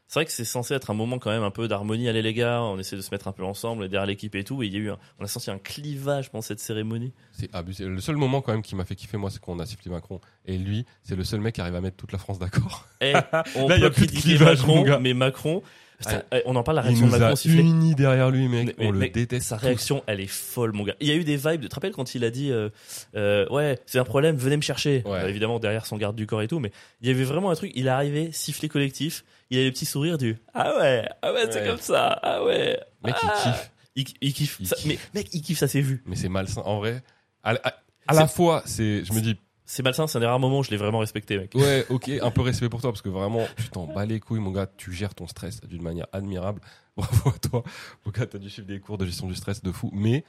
S2: C'est vrai que c'est censé être un moment quand même un peu d'harmonie. Allez les gars, on essaie de se mettre un peu ensemble derrière l'équipe et tout. Et il y a eu, un- on a senti un clivage pendant cette cérémonie.
S1: C'est abusé. Le seul moment quand même qui m'a fait kiffer, moi, c'est qu'on a sifflé Macron. Et lui, c'est le seul mec qui arrive à mettre toute la France d'accord.
S2: Eh, on
S1: Là, il y
S2: peut
S1: a plus de
S2: critiquer
S1: clivage,
S2: Macron,
S1: mon gars.
S2: mais Macron, putain, eh, on en parle la
S1: Il
S2: réaction de
S1: nous a
S2: Macron sifflée.
S1: unis derrière lui, mec.
S2: Mais-
S1: on le
S2: mec,
S1: déteste.
S2: Sa
S1: tous.
S2: réaction, elle est folle, mon gars. Il y a eu des vibes. De... Tu te rappelles quand il a dit, euh, euh, ouais, c'est un problème, venez me chercher.
S1: Ouais.
S2: Euh, évidemment derrière son garde du corps et tout, mais il y avait vraiment un truc. Il est arrivé, sifflé collectif. Il a le petit sourire du, ah ouais, ah ouais, c'est
S1: Ouais.
S2: comme ça, ah ouais.
S1: Mec, il
S2: Ah
S1: kiffe.
S2: Il, il kiffe.
S1: Il
S2: Ça-
S1: kiffe.
S2: Mais mec, il kiffe, ça s'est vu.
S1: Mais c'est malsain. En vrai, À, la- à- à la fois, c'est, je me dis,
S2: C'est malsain, c'est un des rares moments où je l'ai vraiment respecté, mec.
S1: ouais, ok, un peu respect pour toi, parce que vraiment, tu t'en bats les couilles, mon gars, tu gères ton stress d'une manière admirable. Bravo à toi. Mon gars, t'as dû suivre des cours de gestion du stress de fou, mais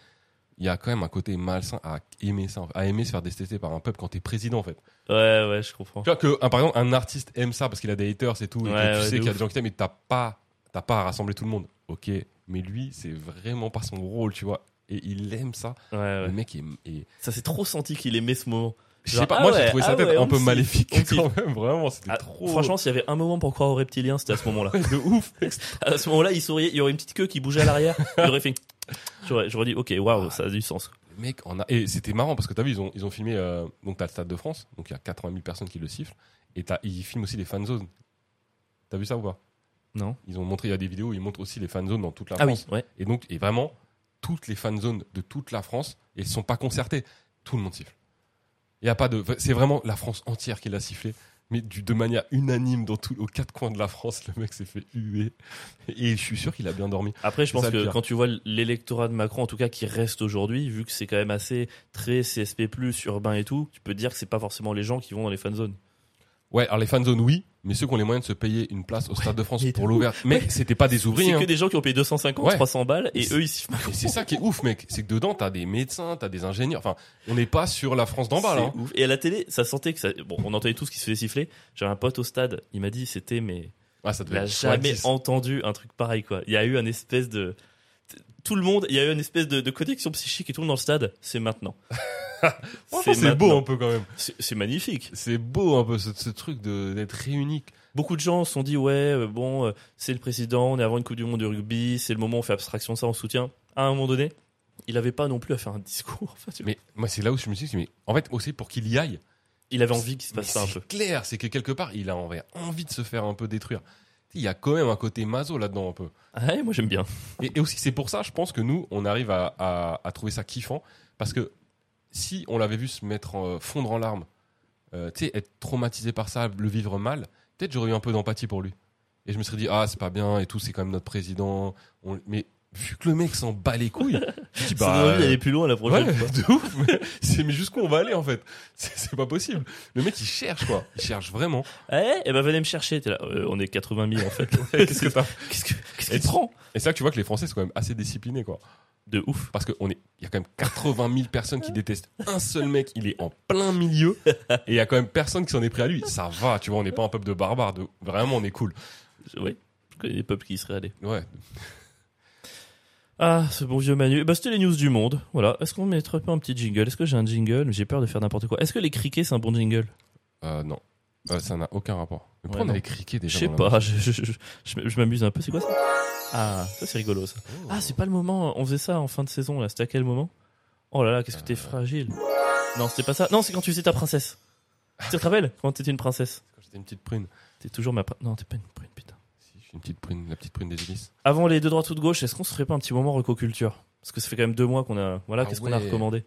S1: il y a quand même un côté malsain à aimer ça, en fait, à aimer se faire détester par un peuple quand t'es président, en fait.
S2: Ouais, ouais, je comprends.
S1: Tu vois que, un- par exemple, un artiste aime ça parce qu'il a des haters et tout, et
S2: Ouais,
S1: que tu
S2: ouais,
S1: sais
S2: de
S1: qu'il y a
S2: ouf.
S1: des gens qui t'aiment, mais t'as pas, t'as pas à rassembler tout le monde. Ok, mais lui, c'est vraiment pas son rôle, tu vois. Et il aime ça.
S2: Ouais, Ah ouais.
S1: Le mec est, est-
S2: Ça s'est trop senti qu'il aimait ce moment.
S1: Je
S2: Genre,
S1: sais pas,
S2: ah
S1: moi
S2: ouais,
S1: j'ai trouvé
S2: ah
S1: sa tête
S2: ouais,
S1: un
S2: on
S1: peu
S2: kiffe,
S1: maléfique
S2: on kiffe.
S1: quand même, vraiment, c'était
S2: Ah,
S1: trop.
S2: Franchement, s'il y avait un moment pour croire au reptilien, c'était à ce moment-là.
S1: de ouf.
S2: à ce moment-là, il souriait, il y aurait une petite queue qui bougeait à l'arrière. il aurait fait. J'aurais, j'aurais dit, ok,
S1: Ah.
S2: waouh, ça a du sens.
S1: Le mec en a. Et c'était marrant parce que t'as vu, ils ont, ils ont filmé. euh, donc t'as le Stade de France, donc il y a 80 000 personnes qui le sifflent. Et t'as- ils filment aussi les fan zones. T'as vu ça ou pas
S2: Non.
S1: Ils ont montré, il y a des vidéos où ils montrent aussi les fan zones dans toute la
S2: Ah oui,
S1: France.
S2: ouais.
S1: Et donc, et vraiment, toutes les fan zones de toute la France, et ils sont pas concertés. Tout le monde siffle. Il y a pas de. C'est vraiment la France entière qui l'a sifflé. Mais du- de manière unanime dans tout, aux quatre coins de la France, le mec s'est fait huer. Et je suis sûr qu'il a bien dormi.
S2: Après,
S1: C'est
S2: je pense
S1: ça le
S2: que
S1: pire.
S2: quand tu vois l'électorat de Macron, en tout cas qui reste aujourd'hui, vu que c'est quand même assez très CSP+, urbain et tout, tu peux dire que c'est pas forcément les gens qui vont dans les fan zones.
S1: Ouais, alors les fan zones, oui, mais ceux qui ont les moyens de se payer une place au Stade de France
S2: mais
S1: pour
S2: de
S1: l'ouvert. Mec, c'était pas des
S2: C'est
S1: ouvriers.
S2: que
S1: hein.
S2: des gens qui ont payé 250,
S1: Ouais.
S2: 300 balles et
S1: C'est-
S2: eux ils sifflent Macron.
S1: Et c'est ça qui est ouf, mec. C'est que dedans, t'as des médecins, t'as des ingénieurs. Enfin, on n'est pas sur la France d'en bas, là. hein.
S2: C'est ouf. Et à la télé, ça sentait que ça. Bon, on entendait tous qui se faisait siffler. J'avais un pote au stade, il m'a dit c'était mais
S1: Ah, ça devait
S2: il a
S1: être soit
S2: jamais
S1: 10.
S2: entendu un truc pareil quoi. Il y a eu un espèce de tout le monde, il y a eu une espèce de, de connexion psychique et tout le monde dans le stade. C'est maintenant.
S1: Franchement, c'est
S2: maintenant.
S1: beau hein. un peu quand même.
S2: C'est c'est magnifique.
S1: C'est beau un peu ce, ce truc de- d'être réunis.
S2: Beaucoup de gens se sont dit ouais euh, bon euh, c'est le président, on est avant une Coupe du Monde de rugby, c'est le moment où on fait abstraction de ça, on soutient. À un moment donné, il avait pas non plus à faire un discours. Enfin, tu vois.
S1: Mais moi, c'est là où je me suis dit, mais en fait, aussi pour qu'il y aille,
S2: il avait envie qu'il se
S1: mais
S2: passe ça un peu.
S1: c'est clair, c'est que quelque part, il a envie, envie de se faire un peu détruire. Il y a quand même un côté maso là-dedans un peu.
S2: Ah ouais, moi j'aime bien.
S1: Et, et aussi, c'est pour ça, je pense que nous, on arrive à, à- à trouver ça kiffant. Parce que si on l'avait vu se mettre en, fondre en larmes, euh, tu sais, être traumatisé par ça, le vivre mal, peut-être j'aurais eu un peu d'empathie pour lui. Et je me serais dit, ah, c'est pas bien et tout, c'est quand même notre président. On- mais vu que le mec s'en bat les couilles, je dis,
S2: ça donne
S1: bah.
S2: envie d'aller plus loin la
S1: Ouais,
S2: prochaine fois.
S1: de ouf, mais, c'est- mais jusqu'où on va aller en fait C'est c'est pas possible. Le mec il cherche quoi, il cherche vraiment.
S2: Ouais, et ben venez me chercher. T'es là, euh, on est 80 000 en fait.
S1: Qu'est-ce que t'as
S2: Qu'est-ce que, qu'est-ce
S1: Et
S2: qu'il prend
S1: Et c'est là que tu vois que les Français sont quand même assez disciplinés quoi.
S2: De ouf.
S1: parce qu'il y a quand même 80 000 personnes qui détestent un seul mec, il est en plein milieu, et il y a quand même personne qui s'en est pris à lui. Ça va, tu vois, on n'est pas un peuple de barbares, de, vraiment on est cool.
S2: Je- Ouais, je connais des peuples qui y seraient allés.
S1: Ouais,
S2: Ah, ce bon vieux Manu. Eh ben, c'était les news du monde. Voilà. Est-ce qu'on mettrait pas un petit jingle Est-ce que j'ai un jingle J'ai peur de faire n'importe quoi. Est-ce que les criquets, c'est un bon jingle
S1: Euh, non, Euh, ça n'a aucun rapport. Mais pourquoi
S2: Ouais,
S1: on
S2: non.
S1: avait criqué déjà
S2: Je sais
S1: dans la-
S2: pas. Je, je- je- je- je m'amuse un peu. C'est quoi ça Ah, ça c'est rigolo ça.
S1: Oh.
S2: Ah, c'est pas le moment. On faisait ça en fin de saison là. C'était à quel moment Oh là là, qu'est-ce que t'es fragile. Non, c'était pas ça. Non, c'est quand tu faisais ta princesse. Tu te rappelles Quand t'étais une princesse
S1: Quand J'étais une petite prune.
S2: T'es toujours ma. prin- Non, t'es pas une prune, putain.
S1: Si, je suis une petite prune, la petite prune des hélices.
S2: Avant les deux droites ou de gauche, est-ce qu'on se ferait pas un petit moment recoculture Parce que ça fait quand même deux mois qu'on a. Voilà,
S1: Ah
S2: qu'est-ce qu'on a
S1: ouais.
S2: recommandé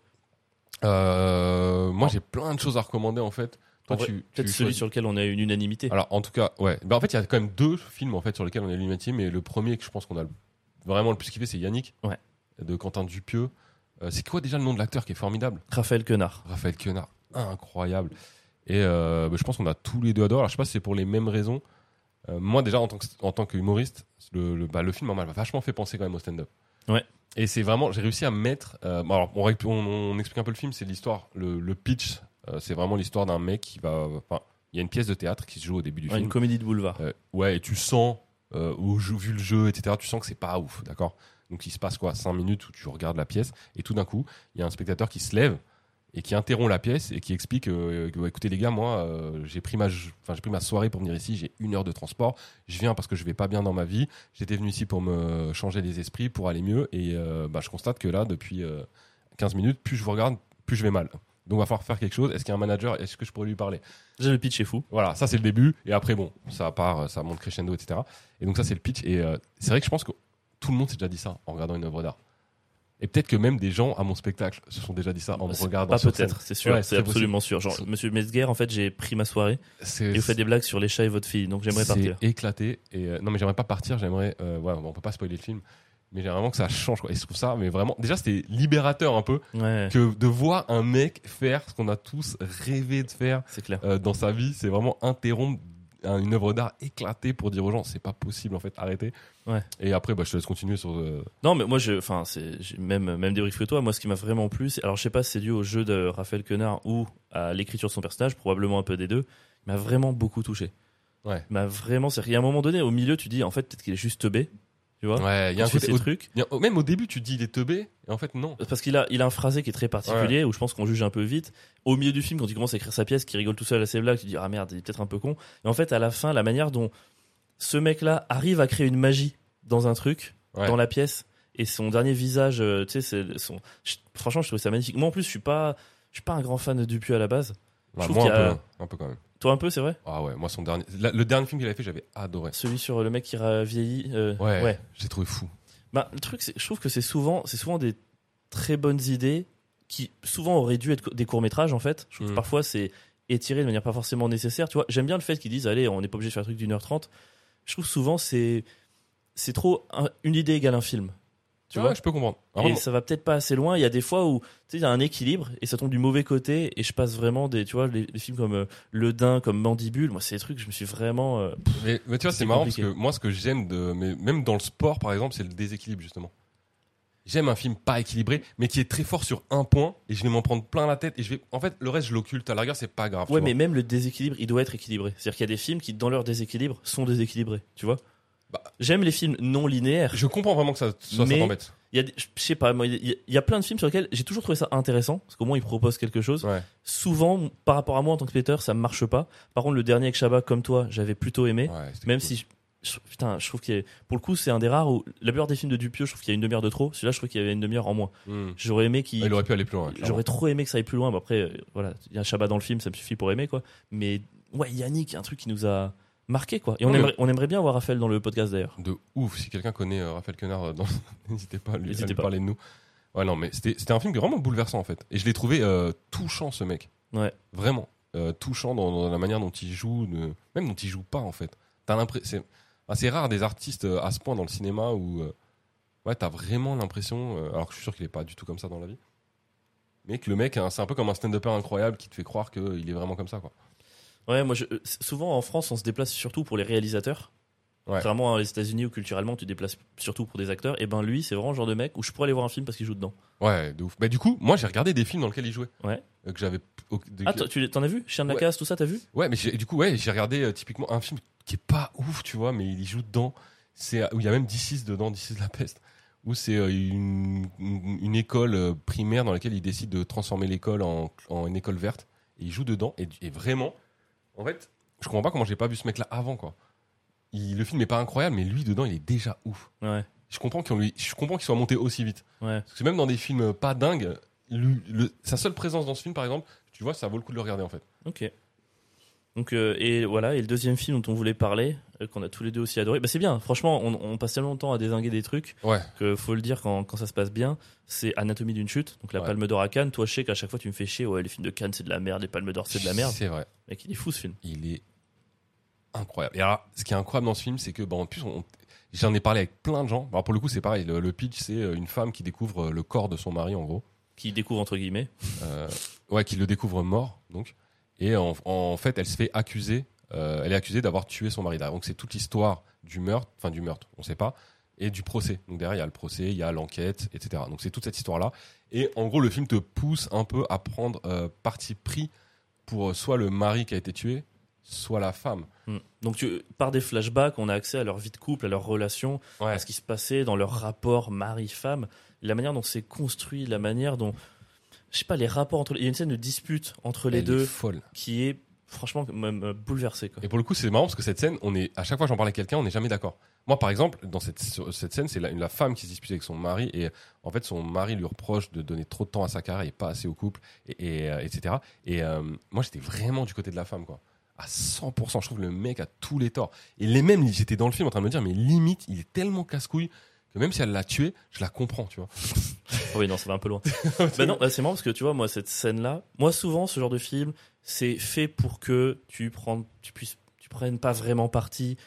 S1: Euh, moi j'ai plein de choses à recommander en fait. Toi,
S2: Ah. En vrai,
S1: tu- tu
S2: Peut-être celui
S1: choisis.
S2: sur lequel on a une unanimité.
S1: Alors en tout cas, ouais. Ben, en fait, il y a quand même deux films en fait sur lesquels on est l'unanimité, mais le premier que je pense qu'on a le- vraiment le plus kiffé, c'est Yannick,
S2: Ouais.
S1: de Quentin Dupieux. Euh, c'est quoi déjà le nom de l'acteur qui est formidable
S2: Raphaël Quenard.
S1: Raphaël Quenard, incroyable. Et euh, ben, je pense qu'on a tous les deux adoré. Alors je sais pas si c'est pour les mêmes raisons. Euh, moi déjà en tant que en tant qu'humoriste, le, le, bah, le film en mal m'a vachement fait penser quand même au stand-up.
S2: Ouais.
S1: Et c'est vraiment, j'ai réussi à mettre. euh, bon, alors on, ré- on- on explique un peu le film, c'est l'histoire, le, le pitch, euh, c'est vraiment l'histoire d'un mec qui va. Enfin, il y a une pièce de théâtre qui se joue au début du
S2: Ouais,
S1: film.
S2: une comédie de boulevard.
S1: Euh, ouais, et tu sens, euh, au jeu, vu le jeu, etc., tu sens que c'est pas ouf, d'accord Donc il se passe quoi 5 minutes où tu regardes la pièce, et tout d'un coup, il y a un spectateur qui se lève et qui interrompt la pièce et qui explique euh, que, ouais, écoutez les gars, moi, euh, j'ai pris, ma j- enfin, j'ai pris ma soirée pour venir ici, j'ai une heure de transport, je viens parce que je vais pas bien dans ma vie, j'étais venu ici pour me changer les esprits, pour aller mieux, et euh, bah, je constate que là, depuis euh, 15 minutes, plus je vous regarde, plus je vais mal. Donc va falloir faire quelque chose. Est-ce qu'il y a un manager Est-ce que je pourrais lui parler
S2: Déjà, le pitch est fou.
S1: voilà, ça c'est le début. Et après, bon, ça part, euh, ça monte crescendo, etc. Et donc, ça c'est le pitch. Et euh, c'est vrai que je pense que tout le monde s'est déjà dit ça en regardant une œuvre d'art. Et peut-être que même des gens à mon spectacle se sont déjà dit ça en me
S2: Bah, C'est
S1: regardant.
S2: Pas
S1: sur scène.
S2: peut-être, c'est sûr,
S1: Ouais,
S2: c'est
S1: c'est possible.
S2: absolument sûr. Genre,
S1: C'est-
S2: monsieur Metzger, en fait, j'ai pris ma soirée
S1: C'est
S2: et vous faites des blagues sur les chats et votre fille, donc j'aimerais
S1: c'est
S2: partir.
S1: éclaté. Et euh, non, mais j'aimerais pas partir. J'aimerais. euh, ouais, bon, on peut pas spoiler le film. Mais j'aimerais vraiment que ça change. Quoi. Et je trouve ça, mais vraiment, déjà, c'était libérateur un peu
S2: Ouais,
S1: que de voir un mec faire ce qu'on a tous rêvé de faire
S2: c'est clair.
S1: euh, dans sa vie. C'est vraiment interrompre un- une œuvre d'art éclatée pour dire aux gens, c'est pas possible, en fait, arrêtez.
S2: Ouais.
S1: Et après, bah, je te laisse continuer sur. euh,
S2: Non, mais moi, je, enfin, c'est j'ai même même débrief que toi. Moi, ce qui m'a vraiment plu, c'est, alors je sais pas, si c'est dû au jeu de Raphaël Quenard ou à l'écriture de son personnage, probablement un peu des deux. Il m'a vraiment beaucoup touché.
S1: Ouais.
S2: Il m'a vraiment, c'est qu'il y a un moment donné, au milieu, tu dis, en fait, peut-être qu'il est juste teubé, tu vois.
S1: Ouais, il y a un
S2: Ensuite,
S1: côté.
S2: ces trucs.
S1: il y a- Même au début, tu dis il est teubé, et en fait, non.
S2: Parce qu'il a, il a un phrasé qui est très particulier, où je pense qu'on juge un peu vite. Au milieu du film, quand il commence à écrire sa pièce, qui rigole tout seul à ses blagues, tu te dis ah merde, il est peut-être un peu con. Et en fait, à la fin, la manière dont ce mec-là arrive à créer une magie dans un truc,
S1: Ouais.
S2: dans la pièce, et son dernier visage, euh, tu sais, c'est son. je- franchement, je trouve ça magnifique. Moi, en plus, je suis pas, je suis pas un grand fan de Dupuis à la base.
S1: Bah,
S2: trouve
S1: moi,
S2: qu'il y a-
S1: un, peu, un peu quand même.
S2: Toi, un peu, c'est vrai.
S1: Ah ouais, moi, son dernier. la- le dernier film qu'il avait fait, j'avais adoré.
S2: Celui sur le mec qui ra- vieillit. euh,
S1: Ouais,
S2: ouais.
S1: j'ai trouvé fou.
S2: Bah, le truc, c'est- je trouve que c'est souvent, c'est souvent des très bonnes idées qui souvent auraient dû être co- des courts métrages en fait. Je trouve
S1: Mm.
S2: que parfois c'est étiré de manière pas forcément nécessaire. Tu vois, j'aime bien le fait qu'ils disent allez, on n'est pas obligé de faire un truc d'une heure trente. Je trouve souvent c'est c'est trop un- une idée égale un film. Tu
S1: Ouais,
S2: vois.
S1: je peux comprendre.
S2: Ah Et
S1: Vraiment,
S2: ça va peut-être pas assez loin. Il y a des fois où tu sais, il y a un équilibre et ça tombe du mauvais côté. Et je passe vraiment des, tu vois, les, les films comme euh, Le Dain, comme Mandibule. Moi, c'est des trucs que je me suis vraiment. euh, pff,
S1: Mais, mais tu vois,
S2: C'est
S1: c'est marrant parce
S2: compliqué.
S1: que moi, ce que j'aime, de, mais même dans le sport, par exemple, c'est le déséquilibre, justement. J'aime un film pas équilibré, mais qui est très fort sur un point, et je vais m'en prendre plein la tête, et je vais, en fait, le reste, je l'occulte, à la rigueur, c'est pas grave. tu
S2: Ouais,
S1: vois.
S2: mais même le déséquilibre, il doit être équilibré. C'est-à-dire qu'il y a des films qui, dans leur déséquilibre, sont déséquilibrés. Tu vois
S1: Bah.
S2: J'aime les films non linéaires.
S1: Je comprends vraiment que ça, soit ça
S2: Mais-
S1: t'embête.
S2: Il y a, des- je sais pas, moi, il y, a- il y a plein de films sur lesquels j'ai toujours trouvé ça intéressant parce qu'au moins ils proposent quelque chose.
S1: Ouais.
S2: Souvent, par rapport à moi en tant que spectateur, ça marche pas. Par contre, le dernier avec Shabba, comme toi, j'avais plutôt aimé.
S1: Ouais, c'était
S2: Même
S1: cool.
S2: si, je- je- putain, je trouve qu'il y a- pour le coup, c'est un des rares où la plupart des films de Dupieux, je trouve qu'il y a une demi-heure de trop. Celui-là, je trouve qu'il y avait une demi-heure en moins.
S1: Hmm.
S2: J'aurais aimé qu'il.
S1: Il aurait pu aller plus loin. clairement.
S2: J'aurais trop aimé que ça aille plus loin. Mais après, euh, voilà, il y a un Shabbat dans le film, ça me suffit pour aimer, quoi. Mais ouais, Yannick, il y a un truc qui nous a marqué, quoi. Et on,
S1: Ouais.
S2: aimerait, on aimerait bien avoir Raphaël dans le podcast, d'ailleurs.
S1: De ouf, si quelqu'un connaît euh, Raphaël Quenard, euh, dans- n'hésitez pas à lui,
S2: N'hésitez
S1: à lui
S2: pas.
S1: parler de nous. Ouais, non, mais c'était c'était un film vraiment bouleversant, en fait. Et je l'ai trouvé euh, touchant, ce mec.
S2: Ouais.
S1: Vraiment. Euh, touchant dans, dans la manière dont il joue, de- même dont il joue pas, en fait. T'as l'impression. C'est assez rare des artistes euh, à ce point dans le cinéma où. euh, ouais, t'as vraiment l'impression. euh, alors que je suis sûr qu'il est pas du tout comme ça dans la vie. Mais que le mec, hein, c'est un peu comme un stand-upper incroyable qui te fait croire qu'il est vraiment comme ça, quoi.
S2: Ouais, moi, je- euh, c- souvent en France, on se déplace surtout pour les réalisateurs.
S1: Ouais.
S2: Contrairement aux États-Unis où culturellement tu te déplaces surtout pour des acteurs, et ben lui, c'est vraiment le genre de mec où je pourrais aller voir un film parce qu'il joue dedans.
S1: Ouais, de ouf. Bah, du coup, moi, j'ai regardé des films dans lesquels il jouait.
S2: Ouais.
S1: Euh, que j'avais. au- de-
S2: Ah, toi, tu l'as- t'en as vu Chien de la
S1: Ouais.
S2: casse, tout ça, t'as vu
S1: Ouais, mais j'ai- du coup, ouais, j'ai regardé euh, typiquement un film qui est pas ouf, tu vois, mais il y joue dedans. C'est euh, où il y a même 16 dedans, 16 de la peste, où c'est euh, une, une- une école euh, primaire dans laquelle il décide de transformer l'école en, en une école verte. Et il joue dedans et, et vraiment, en fait, je comprends pas comment j'ai pas vu ce mec-là avant, quoi. Il- le film est pas incroyable, mais lui dedans, il est déjà ouf.
S2: Ouais,
S1: Je comprends qu'on lui, je comprends qu'il soit monté aussi vite.
S2: ouais.
S1: Parce que même dans des films pas dingues, lui- le- sa seule présence dans ce film, par exemple, tu vois, ça vaut le coup de le regarder en fait.
S2: Ok. Donc, euh, et voilà, et le deuxième film dont on voulait parler, euh, qu'on a tous les deux aussi adoré, bah c'est bien, franchement, on, on passe tellement de temps à désinguer des trucs
S1: Ouais.
S2: que faut le dire quand, quand ça se passe bien, c'est Anatomie d'une chute, donc la
S1: Ouais.
S2: Palme d'Or à Cannes. Toi, je sais qu'à chaque fois tu me fais chier, ouais, les films de Cannes c'est de la merde, les Palmes d'Or c'est de la merde.
S1: C'est vrai.
S2: Mec, il est fou ce film.
S1: il est incroyable. Et alors, ce qui est incroyable dans ce film, c'est que, bah, en plus, on- j'en ai parlé avec plein de gens. Alors, pour le coup, c'est pareil. Le, le pitch, c'est euh, une femme qui découvre euh, le corps de son mari, en gros.
S2: Qui découvre entre guillemets.
S1: Euh, ouais, qui le découvre mort, donc. Et en, en fait, elle se fait accuser. euh, elle est accusée d'avoir tué son mari. Donc, c'est toute l'histoire du meurtre, enfin, du meurtre, on sait pas, et du procès. Donc, derrière, il y a le procès, il y a l'enquête, etc. Donc, c'est toute cette histoire-là. Et en gros, le film te pousse un peu à prendre euh, parti pris pour euh, soit le mari qui a été tué, soit la femme.
S2: Hmm. Donc, tu, par des flashbacks, on a accès à leur vie de couple, à leur relation,
S1: Ouais.
S2: à ce qui se passait dans leur rapport mari-femme, la manière dont c'est construit, la manière dont. Je sais pas, les rapports entre. Il y a une scène de dispute entre les
S1: Elle
S2: deux
S1: est folle.
S2: qui est franchement même euh, bouleversée. Quoi.
S1: Et pour le coup, c'est marrant parce que cette scène, on est à chaque fois que j'en parle avec quelqu'un, on n'est jamais d'accord. Moi, par exemple, dans cette, sur cette scène, c'est la, la femme qui se dispute avec son mari et en fait, son mari lui reproche de donner trop de temps à sa carrière et pas assez au couple, et, et, euh, etc. Et euh, moi, j'étais vraiment du côté de la femme, quoi. À 100%, je trouve que le mec a tous les torts. Et les mêmes, j'étais dans le film en train de me dire, mais limite, il est tellement casse-couille que même si elle l'a tué, je la comprends, tu vois.
S2: Oh oui, non, ça va un peu loin. bah non, bah c'est marrant parce que tu vois, moi, cette scène-là, moi, souvent, ce genre de film, c'est fait pour que tu, prennes, tu, puisses, tu prennes pas vraiment parti.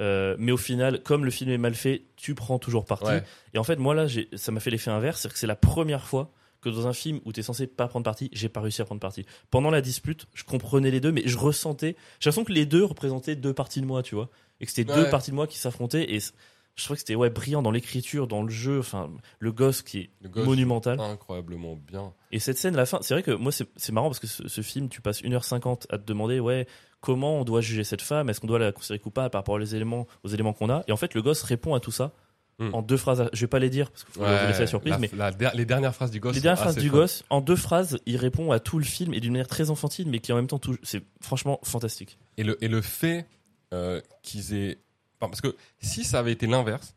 S2: Euh, mais au final, comme le film est mal fait, tu prends toujours parti.
S1: Ouais.
S2: Et en fait, moi là, j'ai- ça m'a fait l'effet inverse, c'est que c'est la première fois que dans un film où t'es censé pas prendre parti, j'ai pas réussi à prendre parti. Pendant la dispute, je comprenais les deux, mais je ressentais, j'ai l'impression que les deux représentaient deux parties de moi, tu vois, et que c'était
S1: Ouais.
S2: deux parties de moi qui s'affrontaient. Et c- je trouvais que c'était ouais brillant dans l'écriture, dans le jeu, enfin le gosse qui est
S1: Le gosse,
S2: monumental.
S1: incroyablement bien.
S2: Et cette scène, la fin, c'est vrai que moi, c'est c'est marrant parce que ce, ce film, tu passes 1h50 à te demander, ouais, comment on doit juger cette femme Est-ce qu'on doit la considérer coupable par rapport aux éléments, aux éléments qu'on a Et en fait, le gosse répond à tout ça
S1: Hmm.
S2: en deux phrases. Je vais pas les dire parce qu'il faut
S1: Ouais,
S2: vous laisser la surprise,
S1: la-
S2: mais
S1: la der- les dernières phrases du gosse.
S2: les dernières
S1: sont
S2: phrases
S1: assez
S2: du
S1: folles.
S2: gosse, en deux phrases, il répond à tout le film et d'une manière très enfantine, mais qui en même temps, tou- c'est franchement fantastique.
S1: Et le, et le fait euh, qu'ils aient. enfin, parce que si ça avait été l'inverse,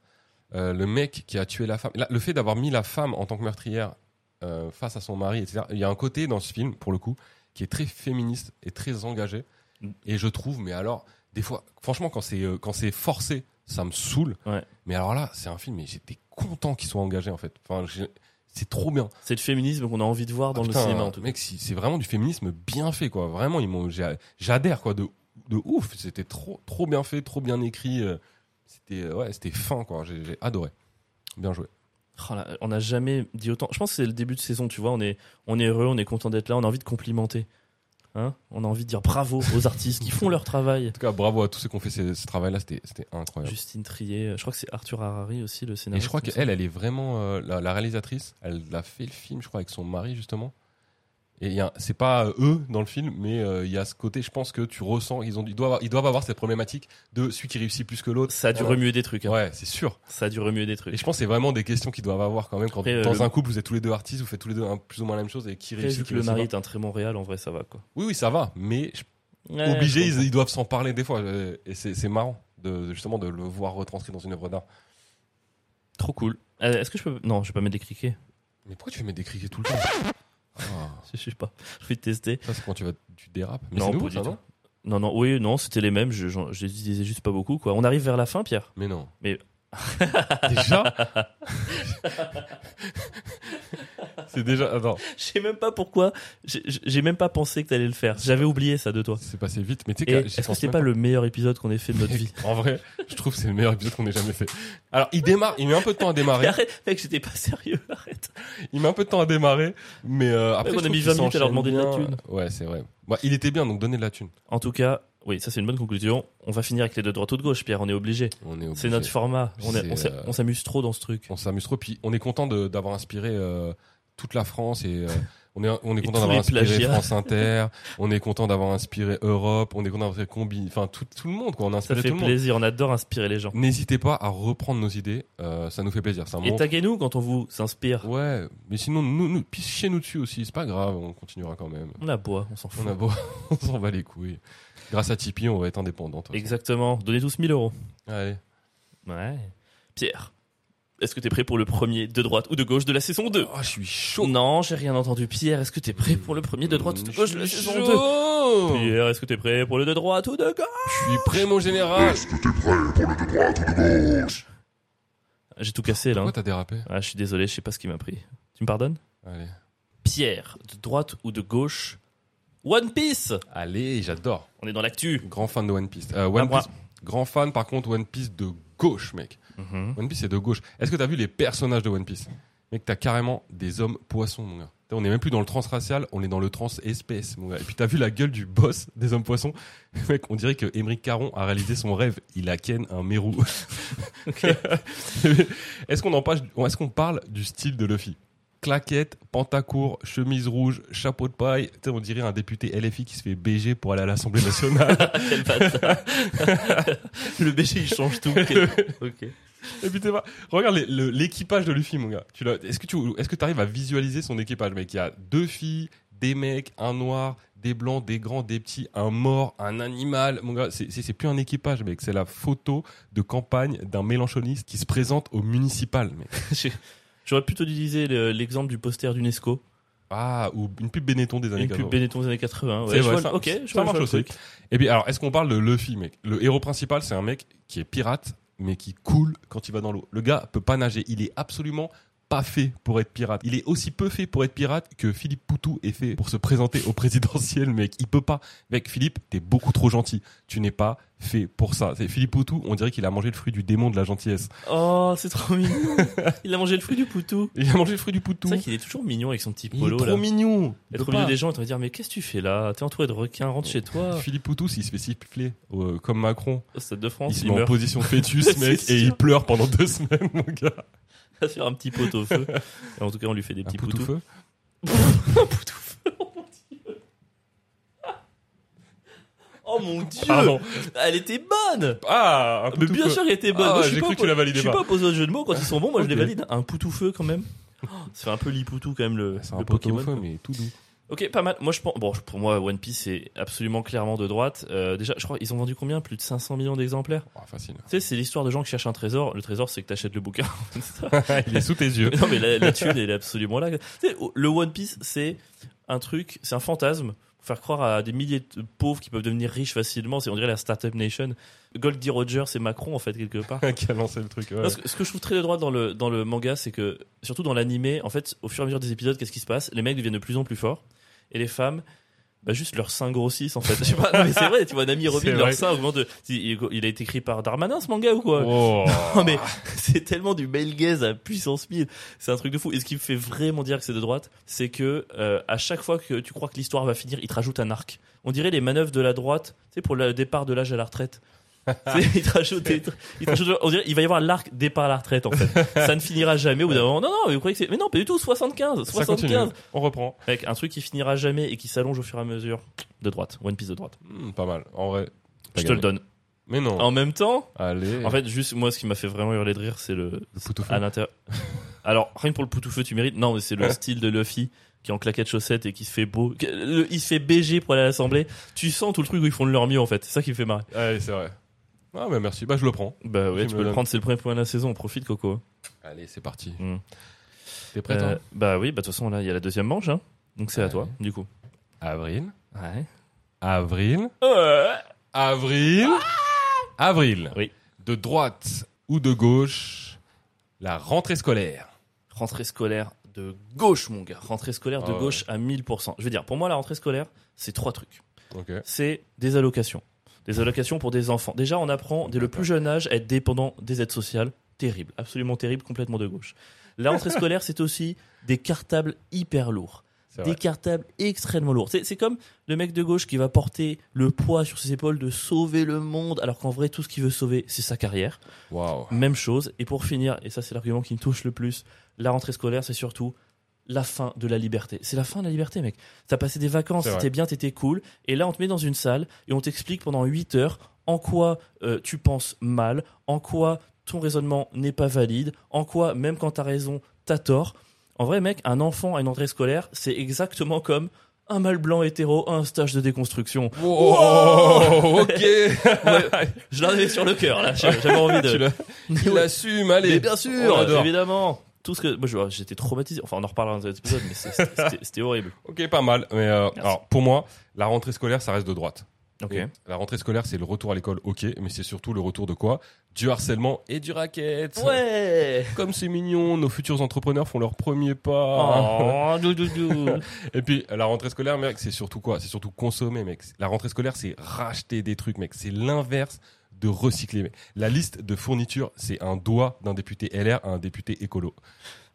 S1: euh, le mec qui a tué la femme, là, le fait d'avoir mis la femme en tant que meurtrière euh, face à son mari, etc., il y a un côté dans ce film, pour le coup, qui est très féministe et très engagé.
S2: Mm.
S1: Et je trouve, mais alors, des fois, franchement, quand c'est euh, quand c'est forcé, ça me saoule.
S2: Ouais.
S1: Mais alors là, c'est un film, et j'étais content qu'il soit engagé, en fait. Enfin, j'ai- c'est trop bien.
S2: C'est le féminisme qu'on a envie de voir dans
S1: Ah,
S2: le
S1: putain,
S2: cinéma, en tout cas.
S1: Mec, si- c'est vraiment du féminisme bien fait, quoi. Vraiment, ils m'ont, j'ai- j'adhère, quoi, de, de ouf. C'était trop, trop bien fait, trop bien écrit. euh, C'était, euh, ouais, c'était fin, quoi. J'ai, j'ai adoré. Bien joué.
S2: Oh là, on n'a jamais dit autant. Je pense que c'est le début de saison, tu vois. On est, on est heureux, on est content d'être là, on a envie de complimenter. Hein on a envie de dire bravo aux artistes qui font leur travail.
S1: En tout cas, bravo à tous ceux qui ont fait ce, ce travail-là. C'était, c'était incroyable.
S2: Justine Trier, euh, je crois que c'est Arthur Harari aussi le
S1: Et
S2: scénariste.
S1: je crois
S2: il me
S1: qu'elle, elle est vraiment euh, la, la réalisatrice. Elle a fait le film, je crois, avec son mari justement. Et il y a- c'est pas euh, eux dans le film, mais euh, il y a ce côté. Je pense que tu ressens. Ils ont, ils doivent, avoir- ils doivent avoir cette problématique de celui qui réussit plus que
S2: semble.
S1: l'autre.
S2: Ça a dû
S1: Voilà.
S2: remuer des trucs. hein.
S1: Ouais, c'est sûr.
S2: Ça a dû remuer des trucs.
S1: Et je pense que c'est vraiment des questions qu'ils doivent avoir quand même quand
S2: Après, euh,
S1: dans
S2: le-
S1: un couple vous êtes tous les deux artistes, vous faites tous les deux un- plus ou moins la même chose et qui
S2: Après, vu
S1: réussit
S2: que
S1: qui
S2: le
S1: réussit
S2: mari
S1: pas.
S2: est un très bon réal, en vrai, ça va quoi.
S1: Oui oui ça va, mais je-
S2: Ouais,
S1: obligé
S2: je
S1: ils,
S2: comprends.
S1: ils doivent s'en parler des fois euh, et c'est c'est marrant de justement de le voir retranscrit dans une œuvre d'art.
S2: Trop cool. Euh, Est-ce que je peux. Non, je vais pas mettre des criquets.
S1: Mais pourquoi tu fais mettre des criquets tout le temps Ah,
S2: Je sais pas. Je vais tester.
S1: Ça c'est quand tu vas tu dérapes. Mais
S2: Non,
S1: c'est
S2: pas
S1: nouveau
S2: du
S1: ça
S2: tout.
S1: non
S2: Non, non, oui, non, c'était les mêmes. Je, j'en- je les disais juste pas beaucoup quoi. On arrive vers la fin, Pierre.
S1: Mais non.
S2: Mais-
S1: déjà. c'est déjà attends
S2: Je sais même pas pourquoi. J'ai- J'ai même pas pensé que t'allais le faire. J'avais oublié ça de toi.
S1: c'est passé vite mais tu sais
S2: Et
S1: que j'y
S2: Est-ce que
S1: pense
S2: c'était
S1: même
S2: pas le meilleur épisode qu'on ait fait de notre vie
S1: En vrai, je trouve que c'est le meilleur épisode qu'on ait jamais fait. Alors, il démarre, il met un peu de temps à
S2: Mais
S1: démarrer.
S2: Arrête, mec, j'étais pas sérieux. Arrête.
S1: Il met un peu de temps à démarrer, mais euh, après.
S2: Ouais,
S1: je
S2: on a
S1: trouve
S2: mis
S1: qu'il
S2: 20 minutes à leur
S1: s'enchaîne
S2: demander de la
S1: bien. Ouais, c'est vrai. Bah, il était bien, donc donnez de la thune.
S2: En tout cas, oui, ça c'est une bonne conclusion. On va finir avec les deux droites ou de gauche, Pierre. On est obligé.
S1: On est obligé.
S2: C'est notre format. On est-
S1: C'est,
S2: on s'est-
S1: euh,
S2: on s'amuse trop dans ce truc.
S1: On s'amuse trop, puis on est content de- d'avoir inspiré euh, toute la France et. euh, on est, on est
S2: Et
S1: content
S2: tous
S1: d'avoir
S2: les
S1: inspiré
S2: plagiats.
S1: France Inter, on est content d'avoir inspiré Europe, on est content d'avoir inspiré Combi, enfin tout, tout le monde quoi, on a
S2: Ça
S1: inspiré
S2: fait
S1: tout le monde.
S2: plaisir. On adore inspirer les gens.
S1: N'hésitez pas à reprendre nos idées, euh, ça nous fait plaisir. C'est un
S2: Et
S1: moment
S2: taguez-nous quand on vous inspire.
S1: Ouais, mais sinon, nous, nous, puis chez nous dessus aussi, c'est pas grave, on continuera quand même.
S2: On la boit, on s'en fout.
S1: On a beau, on s'en bat les couilles. Grâce à Tipeee, on va être indépendant. de toute façon.
S2: Exactement. Donnez tous 1000 euros.
S1: Allez.
S2: Ouais. Pierre, est-ce que t'es prêt pour le premier de droite ou de gauche de la saison 2
S1: Ah, je suis chaud.
S2: Non, j'ai rien entendu. Pierre, est-ce que t'es prêt pour le premier de droite ou de gauche de la
S1: Je suis
S2: saison 2
S1: chaud.
S2: Pierre, est-ce que t'es prêt pour le de droite ou de gauche
S1: Je suis prêt, mon général.
S2: J'ai tout cassé là. hein.
S1: Pourquoi t'as dérapé
S2: Ah, je suis désolé, je sais pas ce qui m'a pris. Tu me pardonnes
S1: Allez.
S2: Pierre, de droite ou de gauche One Piece
S1: Allez, j'adore.
S2: On est dans l'actu.
S1: Grand fan de One Piece. Euh, One
S2: Ah, moi.
S1: Piece. Grand fan, par contre, One Piece de gauche, mec. One Piece, c'est de gauche. Est-ce que t'as vu les personnages de One Piece Mec, t'as carrément des hommes poissons, mon gars. Putain, On est même plus dans le transracial, on est dans le trans-espèce, mon gars. Et puis t'as vu la gueule du boss des hommes poissons Mec, on dirait que Émeric Caron a réalisé son rêve. Il a ken un mérou. Est-ce qu'on en parle, est-ce qu'on parle du style de Luffy Claquette, pantacourt, chemise rouge, chapeau de paille. Tu sais, on dirait un député LFI qui se fait BG pour aller à l'Assemblée nationale.
S2: Quel bâtard. le BG, il change tout. Ok.
S1: Et puis t'es pas- Regarde les- le- l'équipage de Luffy, mon gars. Tu l'as- Est-ce que tu est-ce que arrives à visualiser son équipage, mec Il y a deux filles, des mecs, un noir, des blancs, des grands, des petits, un mort, un animal. Mon gars, c'est- c'est c'est plus un équipage, mec. C'est la photo de campagne d'un mélanchoniste qui se présente au municipal, mec.
S2: J'aurais plutôt utilisé le- l'exemple du poster d'UNESCO.
S1: Ah, ou une pub Benetton des années
S2: Une pub
S1: 80.
S2: Benetton des années 80.
S1: C'est
S2: Ouais, je
S1: vrai,
S2: vois,
S1: ça-
S2: ok,
S1: ça
S2: je vois, je
S1: marche
S2: vois le
S1: aussi.
S2: truc.
S1: Et puis Eh alors, est-ce qu'on parle de Luffy, mec Le héros principal, c'est un mec qui est pirate, mais qui coule quand il va dans l'eau. Le gars peut pas nager. Il est absolument pas fait pour être pirate. Il est aussi peu fait pour être pirate que Philippe Poutou est fait pour se présenter au présidentiel, mec. Il peut pas. Mec, Philippe, t'es beaucoup trop gentil. Tu n'es pas fait pour ça. C'est Philippe Poutou, on dirait qu'il a mangé le fruit du démon de la gentillesse.
S2: Oh, c'est trop mignon. Il a mangé le fruit du poutou.
S1: Il a mangé le fruit du Poutou.
S2: C'est vrai qu'il est toujours mignon avec son petit
S1: Il est
S2: polo
S1: trop
S2: là.
S1: mignon. Il
S2: Être
S1: peut
S2: au milieu
S1: pas.
S2: des gens et te dire mais qu'est-ce que tu fais là T'es entouré de requins, rentre chez toi.
S1: Philippe Poutou, s'il se fait siffler euh, comme Macron,
S2: Au stade de
S1: il
S2: France,
S1: se
S2: il,
S1: met en
S2: meurt.
S1: position fœtus, mec,
S2: C'est
S1: et il
S2: sûr.
S1: pleure pendant deux semaines, mon gars.
S2: à faire un petit pot au feu. Et en tout cas, on lui fait des petits
S1: Un Poutou
S2: poutous.
S1: feu.
S2: Oh mon dieu
S1: Pardon.
S2: Elle était bonne
S1: Ah, un
S2: Mais
S1: Poutou
S2: bien
S1: feu.
S2: sûr qu'elle était bonne.
S1: Ah,
S2: Moi, je
S1: j'ai
S2: suis pas
S1: cru que tu la validais
S2: Je suis
S1: pas.
S2: pas opposé aux jeux de mots quand ils sont bons, moi je les
S1: Ok.
S2: valide. Un poutou feu quand même. Oh, ça fait un peu l'ipoutou quand même le,
S1: C'est un
S2: le
S1: Poutou
S2: Pokémon.
S1: feu, mais tout doux.
S2: Ok, pas mal. Moi je pense. Bon, je- pour moi, One Piece est absolument clairement de droite. Euh, déjà, je crois ils ont vendu combien Plus de 500 millions d'exemplaires.
S1: Ah, facile.
S2: Tu sais, c'est l'histoire de gens qui cherchent un trésor. Le trésor, c'est que t'achètes le bouquin.
S1: Il est sous tes yeux.
S2: Mais non, mais la, la thune, elle est absolument là. Tu sais, le One Piece, c'est un truc, c'est un fantasme. Pour faire croire à des milliers de pauvres qui peuvent devenir riches facilement, c'est on dirait la Startup Nation. Goldie Roger, c'est Macron, en fait, quelque part.
S1: qui a lancé le truc. ouais.
S2: Non, ce, que, ce que je trouve très de droite dans le, dans le manga, c'est que, surtout dans l'animé, en fait, au fur et à mesure des épisodes, qu'est-ce qui se passe Les mecs deviennent de plus en plus forts, et les femmes, bah, juste leur seins grossissent, en fait. Je sais pas, non, mais c'est vrai, tu vois, Nami
S1: C'est
S2: Robin,
S1: vrai.
S2: leur sein augmente de. Il, il a été écrit par Darmanin, ce manga, ou quoi
S1: Oh.
S2: non mais c'est tellement du male gaze à puissance 1000, c'est un truc de fou. Et ce qui me fait vraiment dire que c'est de droite, c'est que euh, à chaque fois que tu crois que l'histoire va finir, ils te rajoutent un arc. On dirait les manœuvres de la droite, tu sais pour le départ de l'âge à la retraite. Tu sais, ils te rajoutent, des trucs- ils te rajoutent- on dirait il va y avoir l'arc départ à la retraite en fait. Ça ne finira jamais au bout d'un moment. Non non, mais vous croyez que c'est mais non, pas du tout 75,
S1: Ça continue.
S2: 75.
S1: On reprend.
S2: Avec un truc qui finira jamais et qui s'allonge au fur et à mesure de droite, One Piece de droite.
S1: Hmm, pas mal. En vrai. pas
S2: Je te
S1: gagné.
S2: le donne.
S1: Mais non.
S2: En même temps,
S1: Allez.
S2: en fait, juste moi, ce qui m'a fait vraiment hurler de rire, c'est le,
S1: le Poutou feu.
S2: à l'intérieur. Alors, rien que pour le poutoufeu, tu mérites. Non, mais c'est le style de Luffy qui est en claquette chaussette et qui se fait beau. que- le- il se fait BG pour aller à l'assemblée. Tu sens tout le truc où ils font de leur mieux en fait. C'est ça qui me fait marrer.
S1: Allez, c'est vrai. Ah, mais merci. Bah, je le prends.
S2: Bah ouais,
S1: Tu me
S2: tu peux le
S1: donnes.
S2: prendre, c'est le premier point de la saison. On profite, Coco.
S1: Allez, c'est parti.
S2: Hmm.
S1: T'es prêt,
S2: Euh,
S1: toi
S2: bah oui, bah de toute façon, là, il y a la deuxième manche. hein. Donc c'est à
S1: Ouais.
S2: toi, du coup.
S1: Avril.
S2: Ouais.
S1: Avril. Avril. Avril.
S2: Oui.
S1: De droite ou de gauche, la rentrée scolaire.
S2: Rentrée scolaire de gauche, mon gars. Rentrée scolaire de
S1: Ah ouais.
S2: gauche à 1000%. Je veux dire, pour moi, la rentrée scolaire, c'est trois trucs.
S1: Ok.
S2: c'est des allocations. Des allocations pour des enfants. Déjà, on apprend dès le plus jeune âge à être dépendant des aides sociales. Terrible, absolument terrible, complètement de gauche. La rentrée scolaire, c'est aussi des cartables hyper lourds.
S1: C'est
S2: Des
S1: vrai.
S2: cartables extrêmement lourds. C'est c'est comme le mec de gauche qui va porter le poids sur ses épaules de sauver le monde, alors qu'en vrai, tout ce qu'il veut sauver, c'est sa carrière.
S1: Waouh.
S2: Même chose. Et pour finir, et ça c'est l'argument qui me touche le plus, la rentrée scolaire, c'est surtout la fin de la liberté. C'est la fin de la liberté, mec. T'as passé des vacances,
S1: C'est vrai.
S2: c'était bien, t'étais cool, et là on te met dans une salle et on t'explique pendant 8 heures en quoi euh, tu penses mal, en quoi ton raisonnement n'est pas valide, en quoi même quand t'as raison, t'as tort. En vrai, mec, un enfant à une rentrée scolaire, c'est exactement comme un mâle blanc hétéro à un stage de déconstruction.
S1: Wow, ok.
S2: Ouais, je l'en avais sur le cœur, là. J'avais envie de...
S1: Tu l'as- il assume, allez.
S2: Mais bien sûr,
S1: On adore.
S2: évidemment. Tout ce que moi je- j'étais traumatisé. Enfin, on en reparlera dans un autre épisode, mais c'est- c'était c'était horrible.
S1: Ok, pas mal. Mais euh,
S2: Merci.
S1: alors, pour moi, la rentrée scolaire, ça reste de droite.
S2: Ok.
S1: Et La rentrée scolaire, c'est le retour à l'école, ok, mais c'est surtout le retour de quoi Du harcèlement et du racket.
S2: Ouais.
S1: Comme c'est mignon, nos futurs entrepreneurs font leur premier pas.
S2: Oh, doudoudou.
S1: Et puis, la rentrée scolaire, mec, c'est surtout quoi C'est surtout consommer, mec. La rentrée scolaire, c'est racheter des trucs, mec. C'est l'inverse de recycler, mec. La liste de fournitures, c'est un doigt d'un député LR à un député écolo.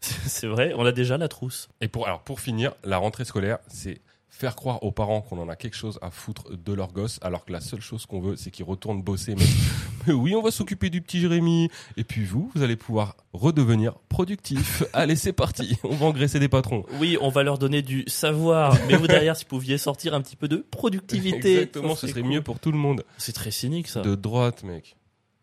S2: C'est vrai, on a déjà la trousse.
S1: Et pour, alors, pour finir, la rentrée scolaire, c'est faire croire aux parents qu'on en a quelque chose à foutre de leur gosse, alors que la seule chose qu'on veut, c'est qu'ils retournent bosser. Mais, mais oui, on va s'occuper du petit Jérémy. Et puis vous, vous allez pouvoir redevenir productif. allez, c'est parti. On va engraisser des patrons.
S2: Oui, on va leur donner du savoir, mais vous derrière, si vous pouviez sortir un petit peu de productivité.
S1: Exactement,
S2: ça
S1: ce serait
S2: cool.
S1: mieux pour tout le monde.
S2: C'est très cynique ça.
S1: De droite, mec.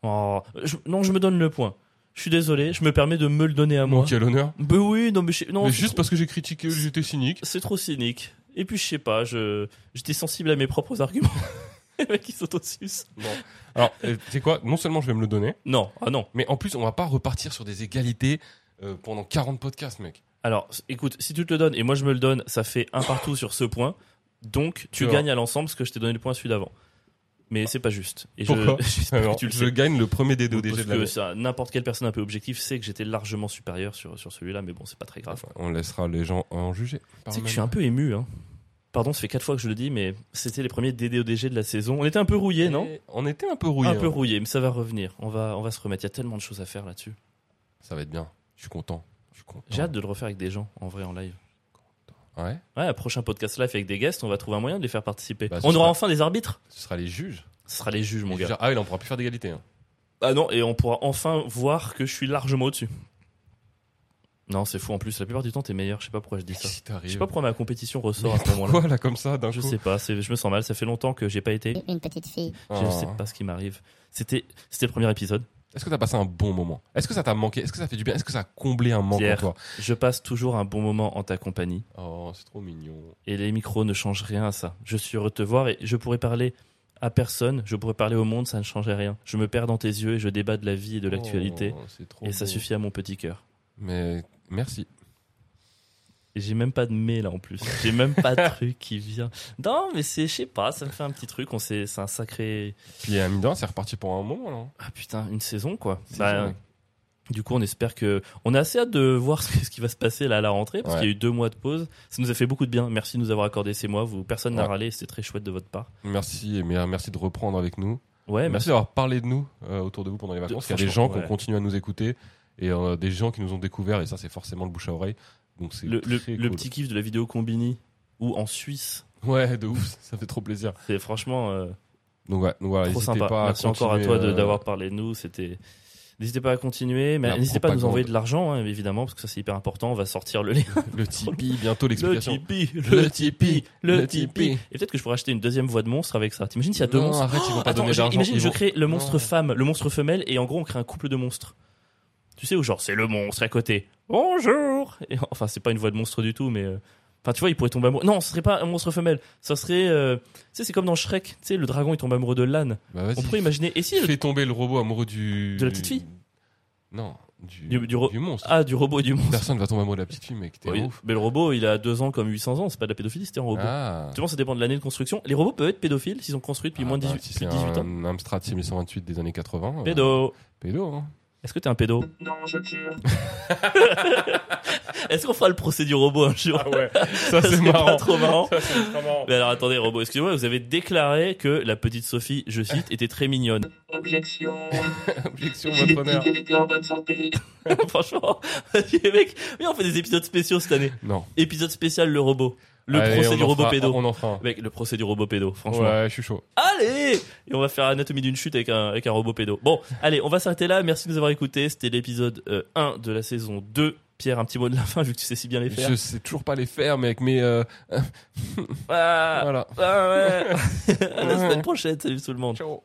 S2: Oh, je- non, je me donne le point. Je suis désolé, je me permets de me le donner à moi.
S1: Quel honneur.
S2: Bah oui, non mais, je- non,
S1: mais
S2: c'est
S1: juste
S2: trop-
S1: parce que j'ai critiqué, j'étais cynique.
S2: c'est trop cynique. Et puis je sais pas, je j'étais sensible à mes propres arguments. Les mecs, ils s'autosucent.
S1: Alors, euh, tu sais quoi Non seulement je vais me le donner,
S2: Non, ah non.
S1: mais en plus, on va pas repartir sur des égalités euh, pendant 40 podcasts, mec.
S2: Alors, s- écoute, si tu te le donnes et moi je me le donne, ça fait un partout sur ce point. Donc, tu
S1: Sure.
S2: gagnes à l'ensemble parce que je t'ai donné le point à celui d'avant. mais c'est pas juste. Et
S1: Pourquoi
S2: je, j'espère que
S1: Alors,
S2: tu le
S1: je
S2: sais.
S1: gagne le premier des deux
S2: Parce
S1: DG de la
S2: que ça, n'importe quelle personne un peu objective sait que j'étais largement supérieur sur, sur celui-là, mais bon, c'est pas très grave.
S1: On laissera les gens en juger.
S2: Tu sais que je suis un peu ému. Hein. Pardon, ça fait quatre fois que je le dis, mais c'était les premiers DDODG de la saison. On était un peu rouillés, non
S1: On était un peu hein. rouillé.
S2: Un peu rouillés, mais ça va revenir. On va, on va se remettre. Il y a tellement de choses à faire là-dessus.
S1: Ça va être bien. Je suis content. Je suis content.
S2: J'ai hâte de le refaire avec des gens, en vrai, en live.
S1: Ouais.
S2: Ouais, prochain podcast live avec des guests, on va trouver un moyen de les faire participer.
S1: Bah, ce
S2: on aura
S1: sera-
S2: enfin des arbitres.
S1: Ce sera les juges.
S2: Ce sera les juges, mon
S1: Les
S2: gars.
S1: juges- Ah, il on pourra plus faire d'égalité. hein.
S2: Ah non, et on pourra enfin voir que je suis largement au-dessus. Non, c'est fou. En plus, la plupart du temps, t'es meilleur. Je sais pas pourquoi je dis ça.
S1: Si
S2: Je
S1: t'arrives.
S2: sais pas pourquoi ma compétition ressort à ce moment-là.
S1: Pourquoi là comme ça d'un
S2: Je
S1: coup
S2: sais pas. c'est- Je me sens mal. Ça fait longtemps que j'ai pas été.
S3: Une petite fille.
S2: Je sais
S1: Ah.
S2: pas ce qui m'arrive. C'était, c'était le premier épisode.
S1: Est-ce que t'as passé un bon moment Est-ce que ça t'a manqué Est-ce que ça fait du bien Est-ce que ça a comblé un manque
S2: Pierre.
S1: en toi
S2: Je passe toujours un bon moment en ta compagnie.
S1: Oh, c'est trop mignon.
S2: Et les micros ne changent rien à ça. Je suis heureux de te voir et je pourrais parler à personne. Je pourrais parler au monde. Ça ne changerait rien. Je me perds dans tes yeux et je débat de la vie et de l'actualité.
S1: Oh, c'est trop
S2: et ça
S1: beau.
S2: suffit à mon petit cœur.
S1: Mais merci.
S2: Et J'ai même pas de mais là en plus. J'ai même pas de truc qui vient. Non, mais c'est, je sais pas, ça me fait un petit truc. On s'est, c'est un sacré.
S1: Puis à mi-temps, c'est reparti pour un moment là. hein.
S2: Ah putain, une saison quoi.
S1: C'est
S2: Bah,
S1: génial.
S2: du coup, on espère que. On a assez hâte de voir ce, que- ce qui va se passer là à la rentrée parce
S1: Ouais.
S2: qu'il y a eu deux mois de pause. Ça nous a fait beaucoup de bien. Merci de nous avoir accordé ces mois. Vous, personne n'a
S1: Ouais.
S2: râlé. C'était très chouette de votre part.
S1: Merci et mer- merci de reprendre avec nous.
S2: Ouais, merci.
S1: Eh, merci d'avoir parlé de nous euh, autour de vous pendant les vacances. Il y a des gens
S2: franchement,
S1: qui ont
S2: ouais.
S1: continué à nous écouter et euh, des gens qui nous ont découvert et ça c'est forcément le bouche à oreille. Donc c'est
S2: Le, le-
S1: très
S2: le
S1: cool.
S2: petit kiff de la vidéo combini ou en Suisse.
S1: Ouais, de ouf, ça fait trop plaisir.
S2: C'est franchement. euh,
S1: Donc ouais, donc voilà,
S2: Trop
S1: n'hésitez
S2: sympa.
S1: pas à
S2: Merci encore à
S1: continuer,
S2: toi de-
S1: euh,
S2: d'avoir parlé de nous. C'était. N'hésitez pas à continuer, mais
S1: La
S2: n'hésitez pas à nous
S1: propagande.
S2: envoyer de l'argent, hein, évidemment, parce que ça c'est hyper important. On va sortir le lien.
S1: le Tipeee, bientôt
S2: Le
S1: l'explication.
S2: Tipeee,
S1: Le Tipeee, le Tipeee.
S2: Et peut-être que je pourrais acheter une deuxième voix de monstre avec ça. T'imagines s'il y a deux
S1: Non,
S2: monstres
S1: arrête, ils vont pas
S2: Attends,
S1: donner
S2: je-
S1: d'argent.
S2: imagine,
S1: ils
S2: je
S1: vont-
S2: crée le monstre
S1: Non.
S2: femme, le monstre femelle, et en gros, on crée un couple de monstres. Tu sais, où genre, c'est le monstre à côté. Bonjour Et, Enfin, c'est pas une voix de monstre du tout, mais. euh, Enfin, tu vois, il pourrait tomber amoureux. Non, ce serait pas un monstre femelle. Ça serait. euh, Tu sais, c'est comme dans Shrek. Tu sais, le dragon, il tombe amoureux de l'âne.
S1: Bah, vas-y,
S2: On pourrait imaginer. Et si le
S1: Fais tomber le robot amoureux du.
S2: De la petite fille
S1: Non, du,
S2: Du- du ro-
S1: monstre.
S2: Ah, du robot et du monstre.
S1: Personne va tomber amoureux de la petite fille, mec, t'es
S2: Oui,
S1: ouf.
S2: mais le robot, il a 2 ans comme 800 ans, c'est pas de la pédophilie, c'était un robot.
S1: Ah.
S2: Justement, ça dépend de l'année de construction. Les robots peuvent être pédophiles s'ils sont construits depuis
S1: Ah,
S2: moins de
S1: bah,
S2: 18,
S1: si
S2: plus
S1: c'est
S2: de 18
S1: un
S2: ans.
S1: Amstrad 6128 des années 80. euh,
S2: Pédo
S1: Pédo, hein.
S2: Est-ce que t'es un pédo
S4: Non, je jure.
S2: Est-ce qu'on fera le procès du robot un jour
S1: ouais, ça
S2: Parce que pas trop marrant.
S1: marrant.
S2: Mais alors attendez, robot, excusez-moi, vous avez déclaré que la petite Sophie, je cite, était très mignonne.
S4: Objection.
S1: Objection, votre honneur.
S4: J'ai été en bonne santé.
S2: Franchement, les mecs, oui, on fait des épisodes spéciaux cette année.
S1: Non.
S2: Épisode spécial le robot. Le
S1: Allez, on
S2: procès du
S1: en
S2: robot
S1: fera-
S2: pédo.
S1: On en fera un.
S2: Mec, le procès du robot pédo, franchement.
S1: Ouais, je suis chaud.
S2: Allez Et on va faire anatomie d'une chute avec un, avec un robot pédo. Bon, allez, on va s'arrêter là. Merci de nous avoir écoutés. C'était l'épisode euh, 1 de la saison 2. Pierre, un petit mot de la fin, vu que tu sais si bien les faire.
S1: Je sais toujours pas les faire, mec, mais euh,
S2: Ah,
S1: voilà.
S2: ah ouais. à la Ah semaine prochaine. Salut tout le monde.
S1: Ciao.